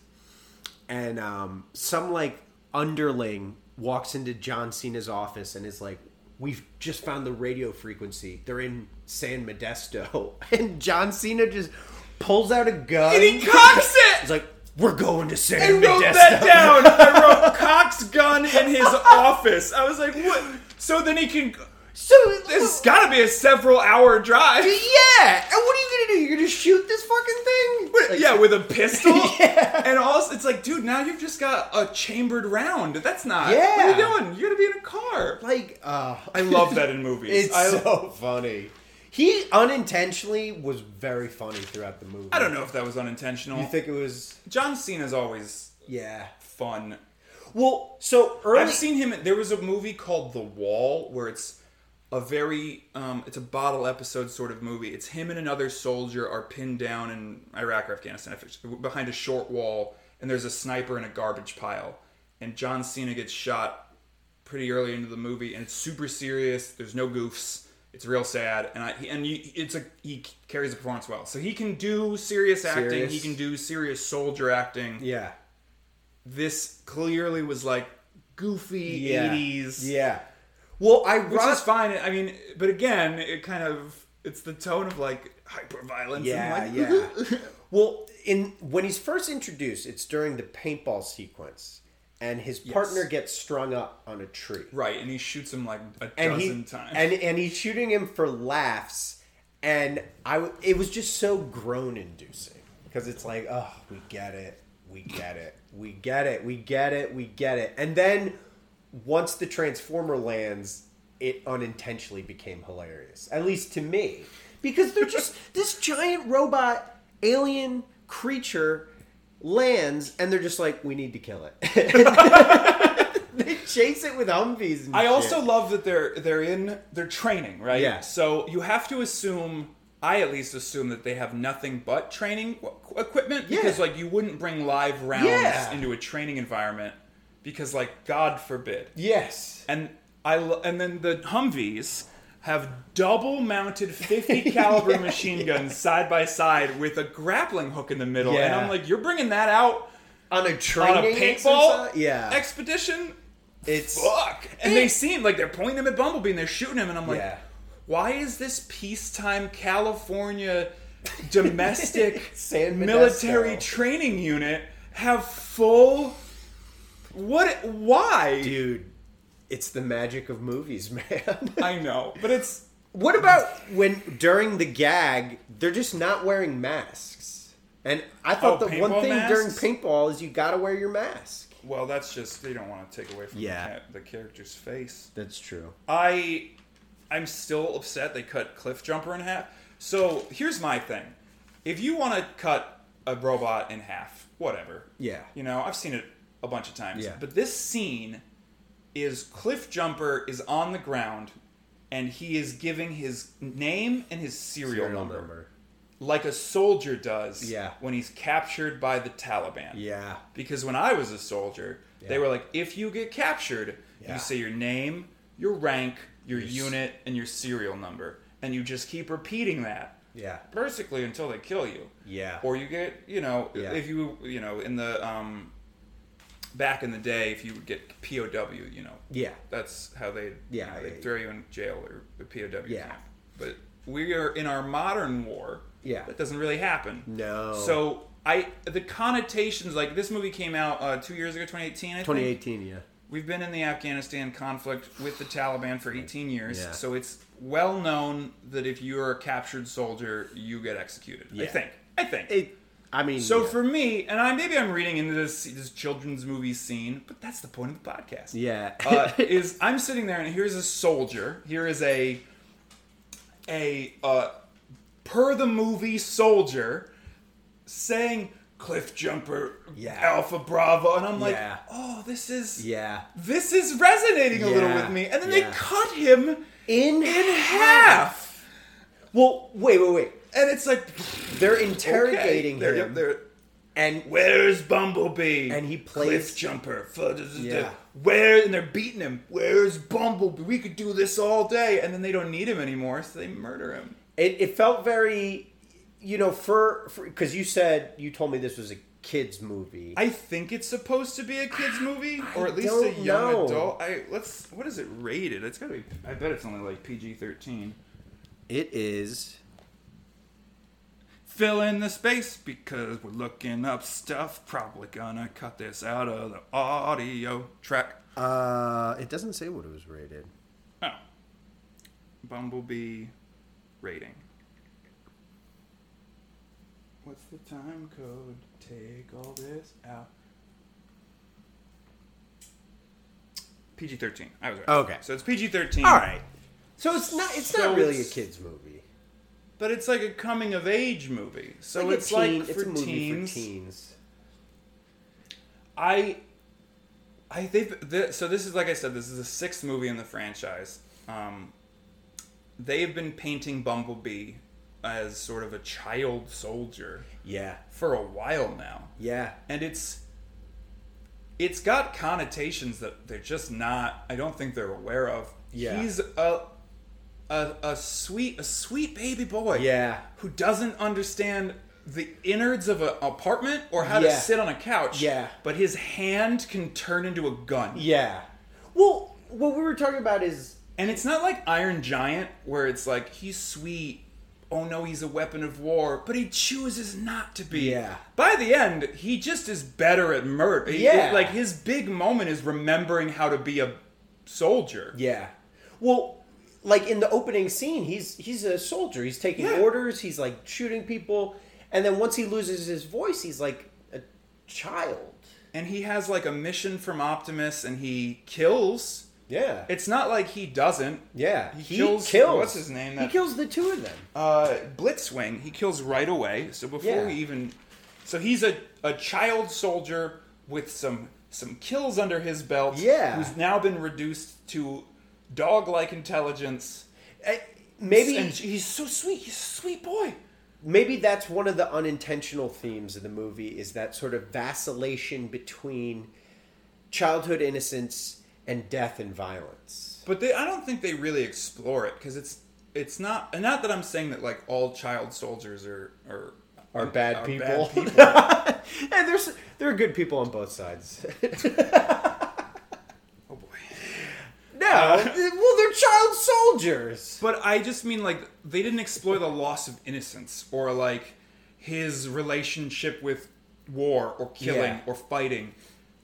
and um, some like underling walks into John Cena's office and is like, "We've just found the radio frequency. They're in San Modesto," (laughs) and John Cena just pulls out a gun. And he cocks it. He's like, "We're going to San I Modesto." wrote that down. I wrote Cox gun in his office. I was like, what? So then he can. (laughs) So This has got to be a several hour drive. yeah, and what are you gonna do? You're gonna shoot this fucking thing? Like- yeah, (laughs) (laughs) with a pistol. Yeah. And also, it's like, dude, now you've just got a chambered round. That's not. What are Yeah. you doing? You're going to be in a car. like uh I love that (laughs) in movies. it's I, so funny he unintentionally was very funny throughout the movie I don't know if that was unintentional. you think it was John Cena's always yeah fun. well so early I've seen him. in- There was a movie called The Wall where it's a very um, it's a bottle episode sort of movie. It's him and another soldier are pinned down in Iraq or Afghanistan I forget, behind a short wall, and there's a sniper in a garbage pile, and John Cena gets shot pretty early into the movie, and it's super serious. There's no goofs. It's real sad, and I and you, it's a he carries the performance well. So he can do serious acting. Serious. He can do serious soldier acting. Yeah. This clearly was like goofy Yeah. 80s. Yeah. Well, I Which is fine. I mean, but again, it kind of it's the tone of like hyper violence. Yeah, and like, yeah. well, in when he's first introduced, it's during the paintball sequence, and his partner gets strung up on a tree, (laughs) Right, and he shoots him like a and dozen he times. and and he's shooting him for laughs, and I w- it was just so groan inducing because it's like, oh, we get it, we get it, we get it, we get it, we get it, and then once the transformer lands, it unintentionally became hilarious, at least to me, because (laughs) they're just this giant robot alien creature lands and they're just like we need to kill it (laughs) they chase it with humvees and I shit. also love that they're they're in they're training, right? Yeah. So you have to assume I at least assume that they have nothing but training qu- equipment because Yeah. like you wouldn't bring live rounds Yeah. into a training environment because like God forbid. yes And I lo- and then the Humvees have double mounted (laughs) 50 caliber machine guns side by side with a grappling hook in the middle and Yeah. I'm like you're bringing that out on a on training a paintball exercise? Yeah, expedition it's fuck. And they seem like they're pointing him at Bumblebee and they're shooting him, and I'm like, Yeah. why is this peacetime California domestic (laughs) San military Modesto. training unit have full? What? Why? dude. It's the magic of movies, (laughs) man. I know, but it's what about when during the gag they're just not wearing masks? And I thought Oh, the one paintball thing masks? during paintball is you gotta wear your mask. well, that's just they don't want to take away from Yeah. the, ca- the character's face. That's true. I I'm still upset they cut Cliff Jumper in half. So here's my thing. If you want to cut a robot in half, whatever. Yeah. You know, I've seen it a bunch of times. Yeah. But this scene is Cliff Jumper is on the ground and he is giving his name and his serial, Real number, number. like a soldier does Yeah. when he's captured by the Taliban. Yeah. Because when I was a soldier, they Yeah. were like, if you get captured, Yeah. you say your name, your rank, your unit, and your serial number. And you just keep repeating that. Yeah. Basically until they kill you. Yeah. Or you get, you know, Yeah. if you, you know, in the, um, back in the day, if you would get POW, you know. Yeah. That's how they, Yeah, they yeah, throw you in jail or the POW Yeah. camp. But we are in our modern war. Yeah. That doesn't really happen. No. So I the connotations like this movie came out uh, two years ago, 2018. I think. 2018. Yeah. We've been in the Afghanistan conflict with the Taliban for 18 years, Yeah. so it's well known that if you're a captured soldier, you get executed. I Yeah. think. I think. It. I mean. so yeah. for me, and I maybe I'm reading into this this children's movie scene, but that's the point of the podcast Yeah. (laughs) (laughs) uh, is I'm sitting there and here's a soldier. Here is a a uh, per the movie soldier saying cliff jumper Yeah. alpha bravo and I'm like, Yeah. "Oh, this is yeah. this is resonating a little Yeah. with me." And then they Yeah. cut him In in half. Well, wait, wait, wait. And it's like They're okay, interrogating they're- him, they're- and Where's Bumblebee? And he plays- Cliff Jumper. Fu- duh, duh, duh. Yeah. Where and they're beating him. Where's Bumblebee? We could do this all day, and then they don't need him anymore, so they murder him. It, it felt very, you know, for because you said you told me this was a kids movie. I think it's supposed to be a kids movie, or at least a don't young know. adult. I let's. What is it rated? It's gotta be. I bet it's only like PG thirteen. it is. Fill in the space because we're looking up stuff. Probably gonna cut this out of the audio track. Uh, it doesn't say what it was rated. Oh. Bumblebee rating. What's the time code? Take all this out. PG 13. I was right. Okay. So it's PG 13. All right. So it's not. It's So not really a it's- kids movie. But it's like a coming of age movie. So Like a it's teen- like for it's a movie teens. for teens. I, I think th- so. This is like I said. This is the sixth movie in the franchise. Um, they've been painting Bumblebee as sort of a child soldier Yeah. for a while now, Yeah. and it's it's got connotations that they're just not I don't think they're aware of. Yeah. He's a a, a sweet a sweet baby boy. Yeah. Who doesn't understand the innards of an apartment or how to Yeah. sit on a couch. Yeah. But his hand can turn into a gun. Yeah. Well, what we were talking about is And it's not like Iron Giant where it's like he's sweet. Oh no, he's a weapon of war, but he chooses not to be. Yeah. By the end, he just is better at murder. He- Yeah. like his big moment is remembering how to be a soldier. yeah. Well, like in the opening scene, he's he's a soldier. He's taking Yeah. orders. He's like shooting people, and then once he loses his voice, he's like a child. And he has like a mission from Optimus, and he kills. Yeah. It's not like he doesn't. yeah. He kills- what's his name, He that- kills the two of them. Uh, Blitzwing, he kills right away. So before Yeah. we even, so he's a, a child soldier with some some kills under his belt. Yeah. who's now been reduced to dog like intelligence. Eh, Maybe and he's so sweet. He's a sweet boy. maybe that's one of the unintentional themes of the movie is that sort of vacillation between childhood innocence and death and violence. But they, I don't think they really explore it because it's it's not and not that I'm saying that like all child soldiers are are Are bad people. (laughs) people. And there's there are good people on both sides. (laughs) oh boy. no, well they're child soldiers. But I just mean like they didn't explore the loss of innocence or like his relationship with war or killing Yeah. or fighting.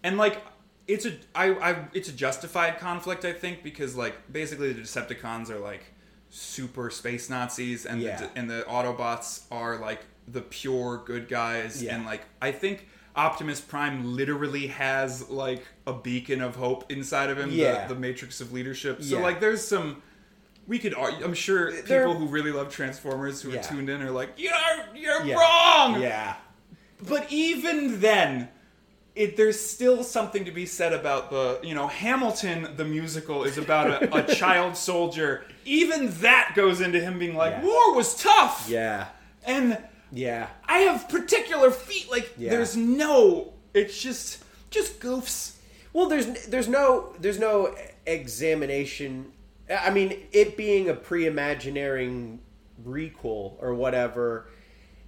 And like it's a I, I it's a justified conflict I think because like basically the Decepticons are like super space Nazis and Yeah. the, and the Autobots are like the pure good guys Yeah. and like I think Optimus Prime literally has like a beacon of hope inside of him, the- Yeah. the, matrix of leadership. So Yeah. like there's some we could argue. I'm sure people They're- who really love Transformers who Yeah. are tuned in are like, "You're you're Yeah. wrong." Yeah. But even then, it, there's still something to be said about the you know Hamilton the musical is about a, (laughs) a child soldier. Even that goes into him being like, Yeah. "War was tough," Yeah. and Yeah. I have particular feet. Like Yeah. there's no. It's just just goofs. Well, there's there's no there's no examination. I mean, it being a pre-imagineering requel or whatever,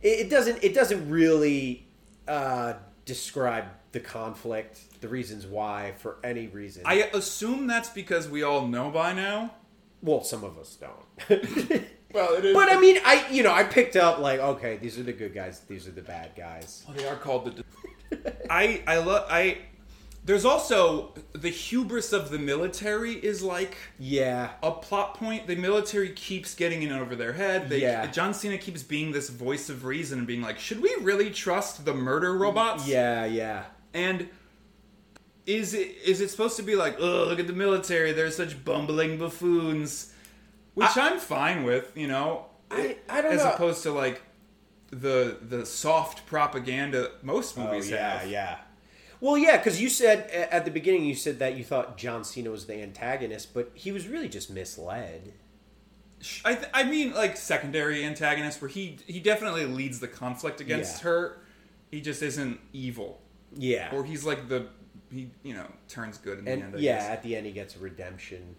it, it doesn't it doesn't really uh, describe the conflict, the reasons why, for any reason. I assume that's because we all know by now. well, some of us don't. (laughs) Well, it is. but I mean, I you know I picked up like okay, these are the good guys, these are the bad guys. Well, Oh, they are called the. (laughs) I I love I. There's also the hubris of the military is like Yeah, a plot point. The military keeps getting in over their head. They, Yeah. John Cena keeps being this voice of reason and being like, should we really trust the murder robots? yeah, yeah. And is it is it supposed to be like, oh, look at the military? They're such bumbling buffoons, which I, am fine with, you know. I- I don't as know. opposed to like the the soft propaganda most movies Oh, yeah, have. yeah. Well, yeah, because you said a- at the beginning you said that you thought John Cena was the antagonist, but he was really just misled. Sh- I th- I mean like secondary antagonist where he he definitely leads the conflict against Yeah. her. He just isn't evil, Yeah, or he's like the he you know turns good in the end. and I yeah, guess. at the end he gets redemption.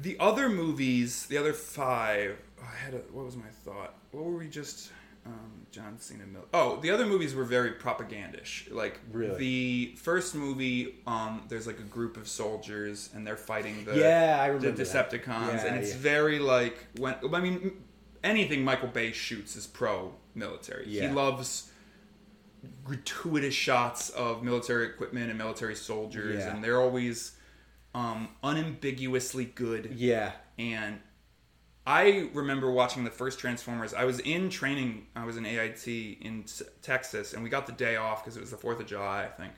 The other movies, the other five, I had a, what was my thought? What were we just? Um, John Cena. Mil- oh, the other movies were very propagandish. Like Really? the first movie, um, there's like a group of soldiers and they're fighting the Yeah, I the remember that. Decepticons, Yeah, and it's yeah. very like when I mean anything Michael Bay shoots is pro military. Yeah. He loves gratuitous shots of military equipment and military soldiers, Yeah. and they're always um, unambiguously good. Yeah, And I remember watching the first Transformers. I was in training. I was in AIT in S- Texas, and we got the day off because it was the Fourth of July, I think.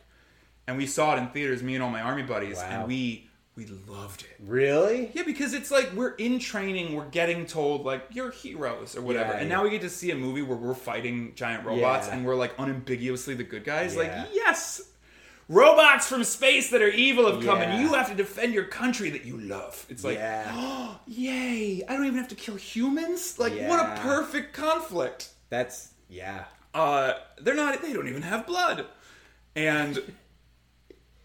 And we saw it in theaters, me and all my army buddies, Wow. and we we loved it. really? Yeah, because it's like we're in training, we're getting told like you're heroes or whatever, Yeah, and yeah. now we get to see a movie where we're fighting giant robots Yeah. and we're like unambiguously the good guys. Yeah. Like yes, robots from space that are evil have come, Yeah. and you have to defend your country that you love. It's like (gasps) yeah, yay! I don't even have to kill humans. Like what a Yeah. perfect conflict. that's yeah, (laughs) Uh, they're not. They don't even have blood, and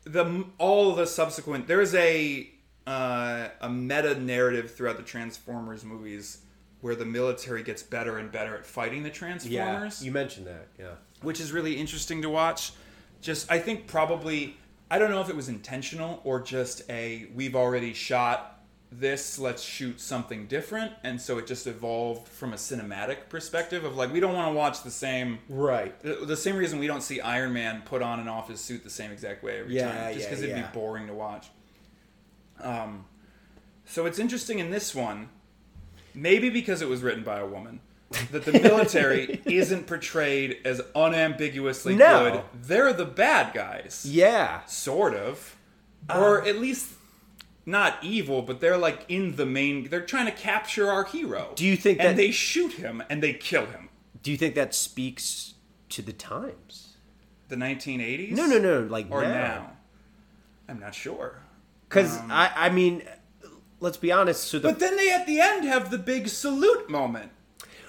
the all the subsequent there's a uh, a meta narrative throughout the Transformers movies where the military gets better and better at fighting the Yeah, Transformers, you mentioned that. Yeah, which is really interesting to watch. Just I think probably I don't know if it was intentional or just a we've already shot this, let's shoot something different, and so it just evolved from a cinematic perspective of like we don't want to watch the same right. the the same reason we don't see Iron Man put on and off his suit the same exact way every Yeah, time, just yeah, because it'd yeah. be boring to watch. Um, so it's interesting in this one, maybe because it was written by a woman, that (laughs) the military isn't portrayed as unambiguously No. good. They're the bad guys, Yeah, sort of, uh, or at least not evil, but they're like in the main. They're trying to capture our hero. Do you think and that- they shoot him and they kill him? do you think that speaks to the times? The 1980s? No, no, no. Like or now. now? Um, I'm not sure. Because I, I mean, let's be honest. So the But then they at the end have the big salute moment.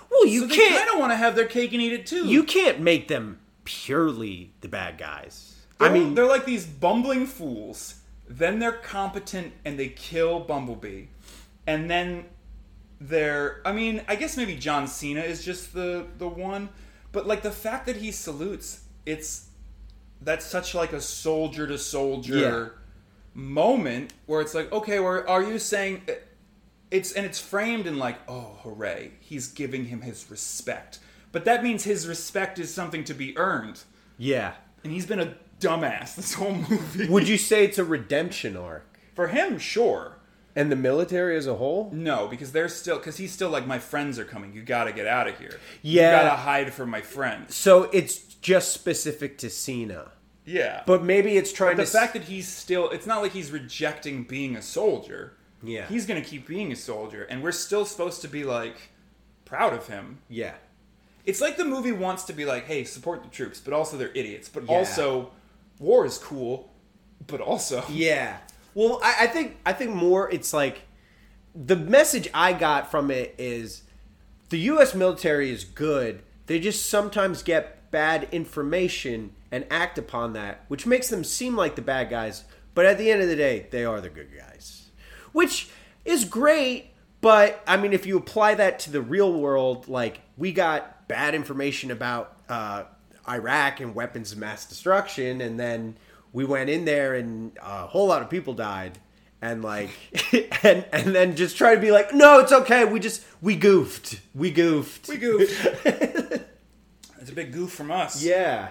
well, you So they can't, kind of want to have their cake and eat it too. you can't make them purely the bad guys. They're- I mean, they're like these bumbling fools. Then they're competent and they kill Bumblebee, and then they're. I mean, I guess maybe John Cena is just the the one, but like the fact that he salutes, it's that's such like a soldier to soldier moment where it's like, okay, or are you saying? It's and it's framed in like, oh, hooray! He's giving him his respect, but that means his respect is something to be earned. yeah. And he's been a dumbass this whole movie. Would you say it's a redemption arc? For him, sure. And the military as a whole? No, because they're still because he's still like my friends are coming. You gotta get out of here. Yeah. you gotta hide from my friends. So it's just specific to Cena. Yeah, But maybe it's trying the to. fact that he's still it's not like he's rejecting being a soldier. Yeah. he's gonna keep being a soldier, and we're still supposed to be like proud of him. yeah. It's like the movie wants to be like, hey, support the troops, but also they're idiots. But Yeah. also, war is cool. But also, Yeah. Well, I, I think I think more it's like the message I got from it is the US military is good. They just sometimes get bad information and act upon that, which makes them seem like the bad guys, but at the end of the day, they are the good guys. Which is great, but I mean if you apply that to the real world, like we got bad information about uh Iraq and weapons of mass destruction and then we went in there and a whole lot of people died and like (laughs) and and then just try to be like no it's okay we just we goofed we (laughs) goofed we goofed. it's a big goof from us. (laughs) yeah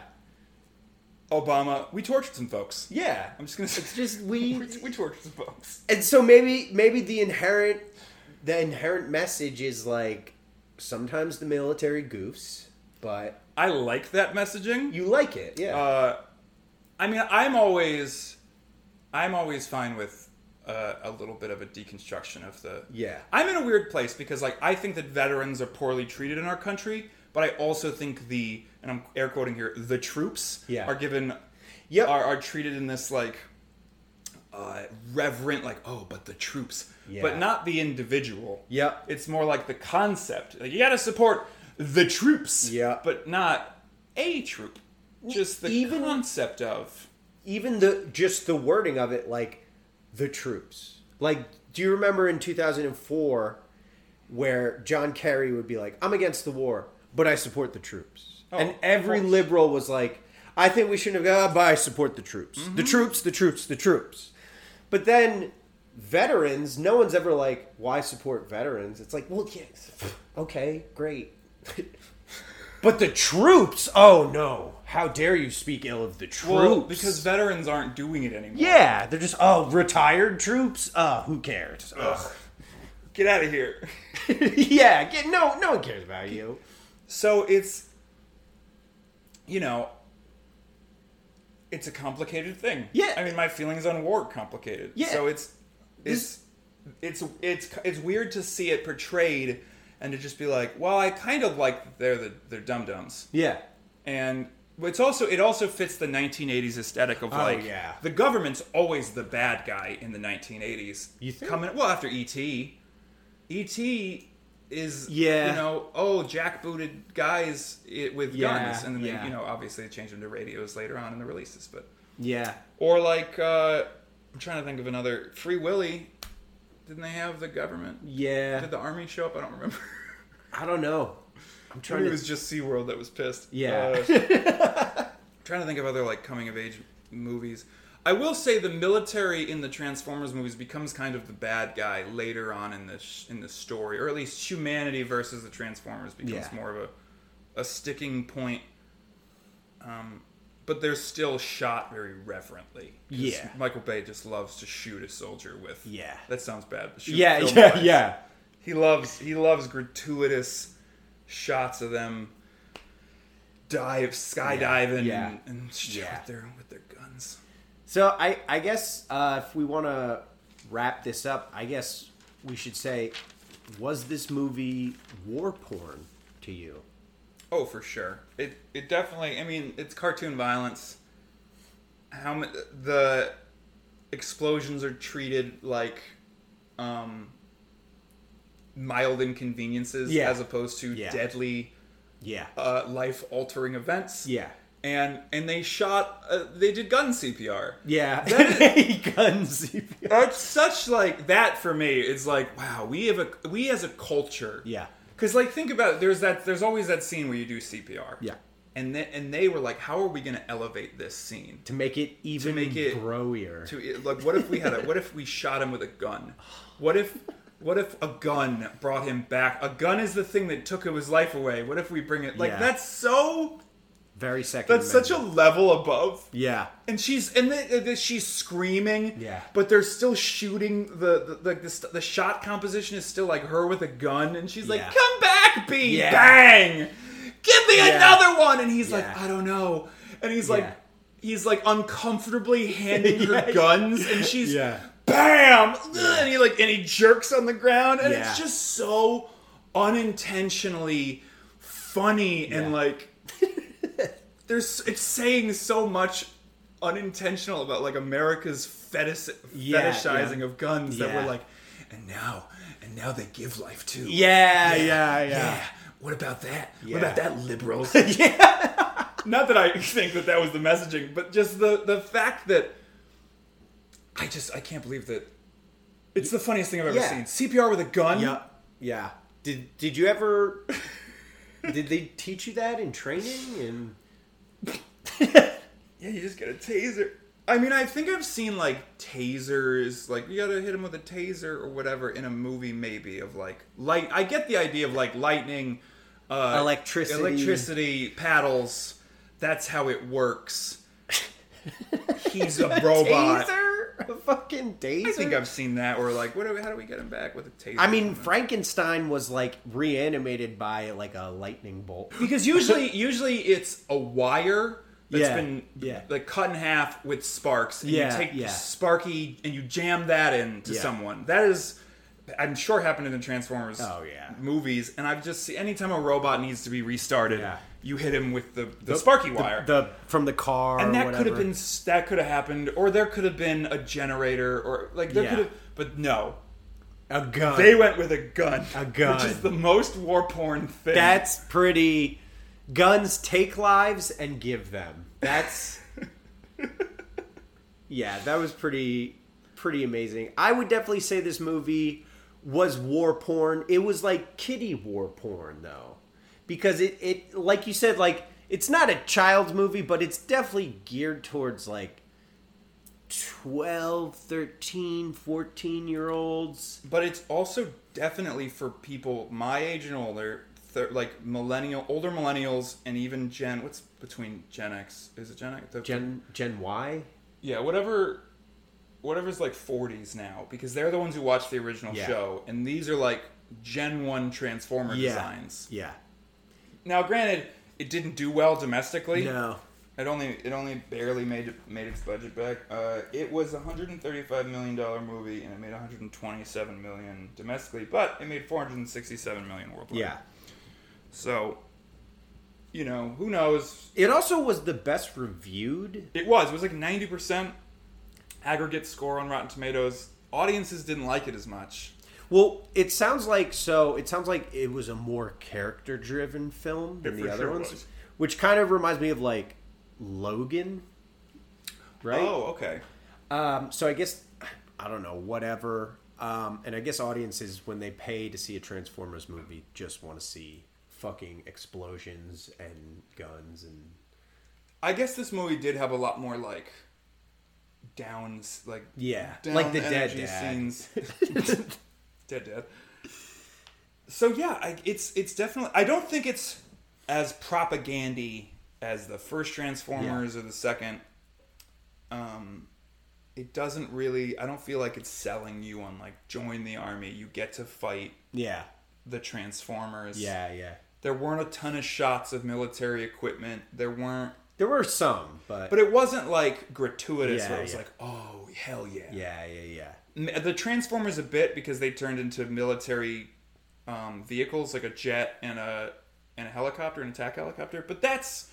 Obama, we tortured some folks. yeah I'm just gonna say, it's just we we, we tortured some folks. and so maybe maybe the inherent the inherent message is like sometimes the military goofs but I like that messaging. you like it yeah Uh, I mean, I'm always, I'm always fine with uh, a little bit of a deconstruction of the. Yeah. I'm in a weird place because, like, I think that veterans are poorly treated in our country, but I also think the, and I'm air quoting here, the troops Yeah. are given, Yep. are, are treated in this like. Uh, reverent, like oh, but the troops, Yeah. but not the individual. Yep. it's more like the concept. Like you got to support the troops, Yeah. but not a troop. Just the Even- concept of even the just the wording of it like the troops like do you remember in 2004 where john kerry would be like i'm against the war but i support the troops and Oh, of every course. liberal was like i think we shouldn't have gone but i support the troops Mm-hmm. the troops the troops the troops but then veterans no one's ever like why support veterans it's like well yes okay great (laughs) but the troops oh no how dare you speak ill of the troops well, because veterans aren't doing it anymore. yeah, they're just oh retired troops. Uh, who cares? Ugh. Get out of here. (laughs) (laughs) yeah, get, no, no one cares about you. So it's, you know, it's a complicated thing. Yeah. I mean, my feelings on war are complicated. Yeah. So it's, it's, it's, it's, it's weird to see it portrayed and to just be like, well, I kind of like that they're the they're dum dums. Yeah, and it's also it also fits the 1980s aesthetic of like Oh, yeah. the government's always the bad guy in the 1980s. You think? Coming well after E ET, ET is Yeah. you know oh jackbooted guys i- with Yeah, guns and then yeah. they, you know obviously they changed them to radios later on in the releases but Yeah. Or like, uh, I'm trying to think of another Free Willy. Didn't they have the government? Did Yeah. the army show up? I don't remember. (laughs) I don't know. I'm Maybe trying it (laughs) to. was just SeaWorld that was pissed. Yeah. Uh, (laughs) trying to think of other like coming of age movies. I will say the military in the Transformers movies becomes kind of the bad guy later on in the sh- in the story, or at least humanity versus the Transformers becomes Yeah. more of a a sticking point. Um, but they're still shot very reverently. 'cause Yeah. Michael Bay just loves to shoot a soldier with. Yeah. that sounds bad. But shoot Yeah, film yeah, wise. yeah. He loves he loves gratuitous shots of them dive skydiving yeah, and, and shit yeah. with their with their guns. So I, I guess uh, if we want to wrap this up, I guess we should say, was this movie war porn to you? Oh, for sure. It it definitely. I mean, it's cartoon violence. How ma- the explosions are treated like um mild inconveniences Yeah. as opposed to Yeah. deadly Yeah. uh, life altering events. Yeah. And and they shot uh, they did gun CPR. (laughs) Yeah. (laughs) Guns. That's such like that for me. It's like wow, we have a we as a culture. Yeah. Because like think about it, there's that there's always that scene where you do CPR. Yeah. And then and they were like, how are we going to elevate this scene? To make it even make it- growier. To like, what if we had a what if we shot him with a gun? What if what if a gun brought him back? A gun is the thing that took his life away. What if we bring it like Yeah. that's so Very second. that's such a Amendment. level above Yeah. and she's and the, the, she's screaming. Yeah. But they're still shooting the the, like the st- the shot composition is still like her with a gun, and she's like, Yeah. "Come back, B! Yeah. Bang! Give me Yeah. another one!" And he's like, Yeah. "I don't know," and he's like. Yeah. He's like uncomfortably (laughs) handing her guns, and she's Yeah. bam, Ugh, and he like and he jerks on the ground, and Yeah. it's just so unintentionally funny and Yeah. like there's it's saying so much unintentional about like America's fetish, Yeah, fetishizing yeah. of guns that we're Yeah. like, and now and now they give life too. Yeah, yeah, yeah. What about that? Yeah. What about that, (laughs) liberals? yeah. (laughs) Not that I think that that was the messaging, but just the the fact that I just I can't believe that it's the funniest thing I've ever Yeah. seen. CPR with a gun. Yeah. Yeah. Did did you (laughs) ever did they teach you that in training and Yeah, you just get a taser. I mean, I think I've seen like tasers, like you gotta hit him with a taser or whatever in a movie, maybe of like light. I get the idea of like lightning, uh, Electricity. electricity paddles. That's how it works. He's a robot. taser? A fucking taser? I think I've seen that, or like, what? Do we, how do we get him back with a taser? I mean, don't know. Frankenstein was like reanimated by like a lightning bolt. because usually usually it's a wire that's Yeah, been yeah. like cut in half with sparks and Yeah, you take yeah. sparky and you jam that in to Yeah. someone that is i'm sure happened in the transformers Oh, yeah. movies and i've just seen anytime a robot needs to be restarted Yeah. you hit him with the, the, sparky wire The from the car. and or that could have whatever. been s- that could have happened or there could have been a generator or like there Yeah. could have but no a gun. they went with a gun A gun. which is the most war porn thing That's pretty. Guns take lives and give them. That's yeah, that was pretty pretty amazing. I would definitely say this movie was war porn. It was like kiddie war porn though. Because it, it like you said, like it's not a child's movie, but it's definitely geared towards like 12, 13, 14 year olds. But it's also definitely for people my age and older, th- like millennial, older millennials, and even Gen. What's between Gen X? Is it Gen X? The- Gen Gen Y? Yeah, whatever. Whatever's like 40s now, because they're the ones who watched the original Yeah. show, and these are like Gen One Transformer designs. Yeah. Now, granted, it didn't do well domestically. No. It only it only barely made made its budget back. Uh, it was a hundred and thirty five million dollar movie, and it made one hundred and twenty seven million domestically, but it made four hundred and sixty seven million worldwide. Yeah. So, you know, who knows? It also was the best reviewed. It was it was like ninety percent aggregate score on Rotten Tomatoes. Audiences didn't like it as much. Well, it sounds like so. It sounds like it was a more character-driven film than It the for other sure ones, was. which kind of reminds me of like Logan. right? Oh, okay. Um, so I guess I don't know, whatever. Um, and I guess audiences when they pay to see a Transformers movie just want to see fucking explosions and guns and I guess this movie did have a lot more like downs, like yeah, down like the dead energy dad. (laughs) scenes. dead dad. So yeah, I, it's it's definitely. I don't think it's as propagandy as the first Transformers or the second. Um, it doesn't really. I don't feel like it's selling you on like join the army. You get to fight Yeah, the Transformers. yeah, yeah. There weren't a ton of shots of military equipment. There weren't There were some, but, but it wasn't like gratuitous Yeah, where it was yeah. like, oh, hell yeah. yeah, yeah, yeah, M- The Transformers a bit because they turned into military um, vehicles, like a jet and a and a helicopter, an attack helicopter. But that's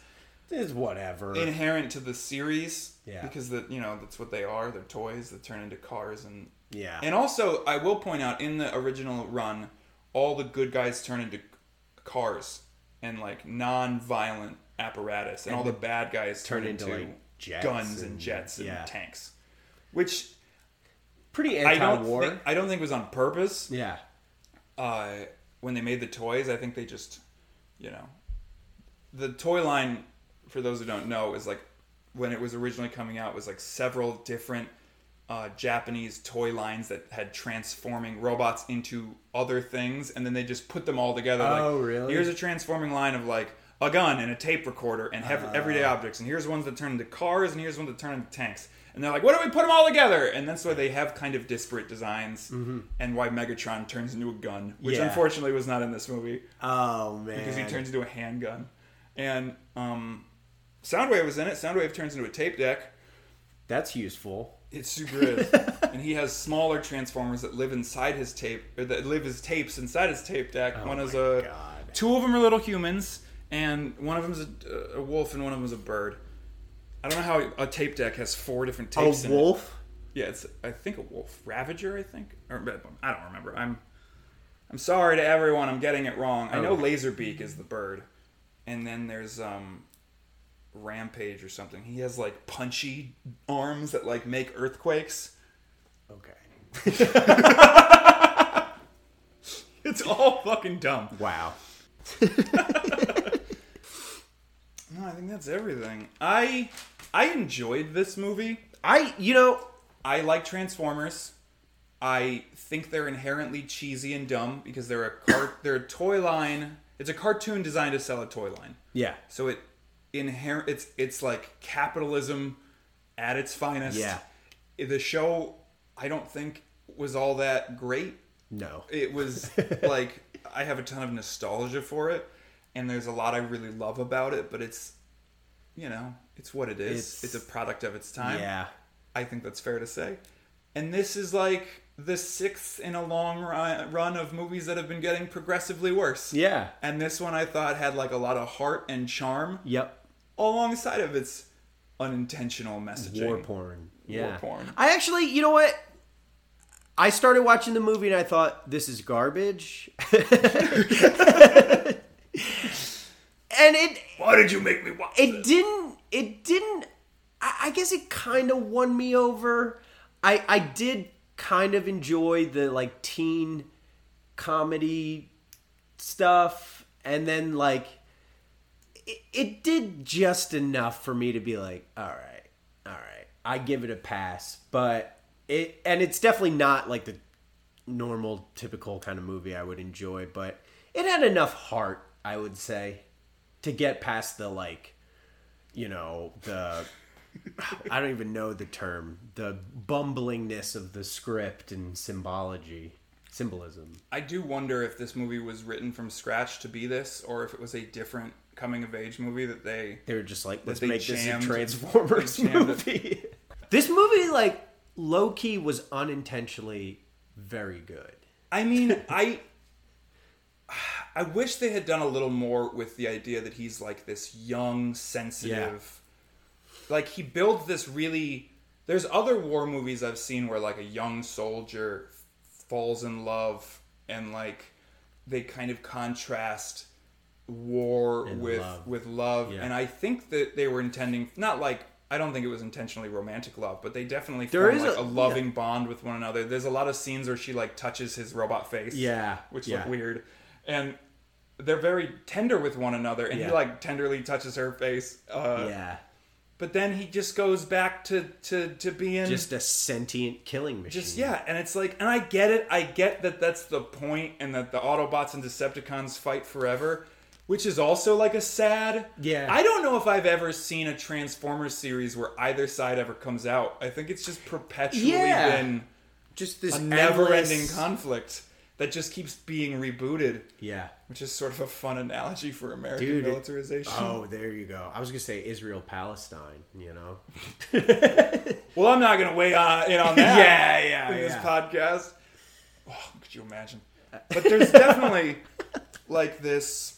it's whatever. inherent to the series. Yeah. Because the you know, that's what they are. They're toys that turn into cars and yeah, and also, I will point out in the original run, all the good guys turn into c- cars and like non-violent apparatus, and, all the bad guys turn, turn into, into, like, jets guns and, and- jets and yeah. tanks, which pretty I don't anti-war. think, I don't think was on purpose. yeah, Uh, when they made the toys, I think they just, you know, the toy line. For those who don't know, is like when it was originally coming out was like several different uh, Japanese toy lines that had transforming robots into other things, and then they just put them all together. Oh, like, really? Here's a transforming line of like a gun and a tape recorder and hev- everyday objects, and here's ones that turn into cars, and here's ones that turn into tanks. And they're like, what do we put them all together? And that's why they have kind of disparate designs, and why Megatron turns into a gun, which Yeah. unfortunately was not in this movie oh man, because he turns into a handgun. And um, Soundwave was in it. Soundwave turns into a tape deck. that's useful. It super (laughs) is. and he has smaller transformers that live inside his tape, or that live his tapes inside his tape deck. One is Oh my a. God. Two of them are little humans, and one of them's a, a wolf, and one of them's a bird. I don't know how a tape deck has four different A tapes. in it. wolf. Yeah, it's I think a wolf ravager. I think or red one. I don't remember. I'm I'm sorry to everyone. I'm getting it wrong. I know Laserbeak is the bird, and then there's um Rampage or something. He has like punchy arms that like make earthquakes. (laughs) Okay. It's all fucking dumb. Wow. No, I think that's everything. I I enjoyed this movie. I, you know, I like Transformers. I think they're inherently cheesy and dumb because they're a cart (coughs) they're a toy line. It's a cartoon designed to sell a toy line. yeah, So it inherent it's it's like capitalism at its finest. Yeah. The show I don't think was all that great. no, It (laughs) was like I have a ton of nostalgia for it and there's a lot I really love about it, but it's you know, it's what it is. It's, It's- a product of its time. yeah. I think that's fair to say. And this is like the sixth in a long ri- run of movies that have been getting progressively worse. Yeah. And this one I thought had like a lot of heart and charm Yep. alongside of its unintentional messaging. War porn. Yeah. porn. I actually, you know what? I started watching the movie and I thought this is garbage. (laughs) and it Why did you make me watch it didn't it didn't I, I guess it kind of won me over. I I did kind of enjoy the like teen comedy stuff and then like it, it did just enough for me to be like all right all right i give it a pass but it and it's definitely not like the normal typical kind of movie i would enjoy but it had enough heart i would say to get past the like you know the i don't even know the term the bumblingness of the script and symbology symbolism I do wonder if this movie was written from scratch to be this or if it was a different coming of age movie that they they were just like, let's they make this a jammed- Transformers they jammed it. movie. (laughs) this movie, like, low key was unintentionally very good. I mean, I I wish they had done a little more with the idea that he's like this young, sensitive. Like he builds this really there's other war movies I've seen where like a young soldier falls in love and like they kind of contrast war with love. with love Yeah. and I think that they were intending not like I don't think it was intentionally romantic love, but they definitely There form is like, a, a- loving bond with one another. There's a lot of scenes where she like touches his robot face, Yeah, which yeah. look weird, and they're very tender with one another, and he Yeah. like tenderly touches her face. Uh, yeah, But then he just goes back to to to being just a sentient killing machine. just yeah, and it's like, and I get it. I get that that's the point, and that the Autobots and Decepticons fight forever, which is also like a sad. Yeah. I don't know if I've ever seen a Transformers series where either side ever comes out. I think it's just perpetually Yeah. been just this a never-ending endless- conflict that just keeps being rebooted, (laughs) Yeah, which is sort of a fun analogy for American Dude, it- militarization. Oh, there you go. I was gonna say Israel Palestine. You know, Well, I'm not going to weigh on, in on (laughs) that. Yeah, yeah, in this yeah. podcast. Oh, could you (laughs) imagine? But there's definitely like this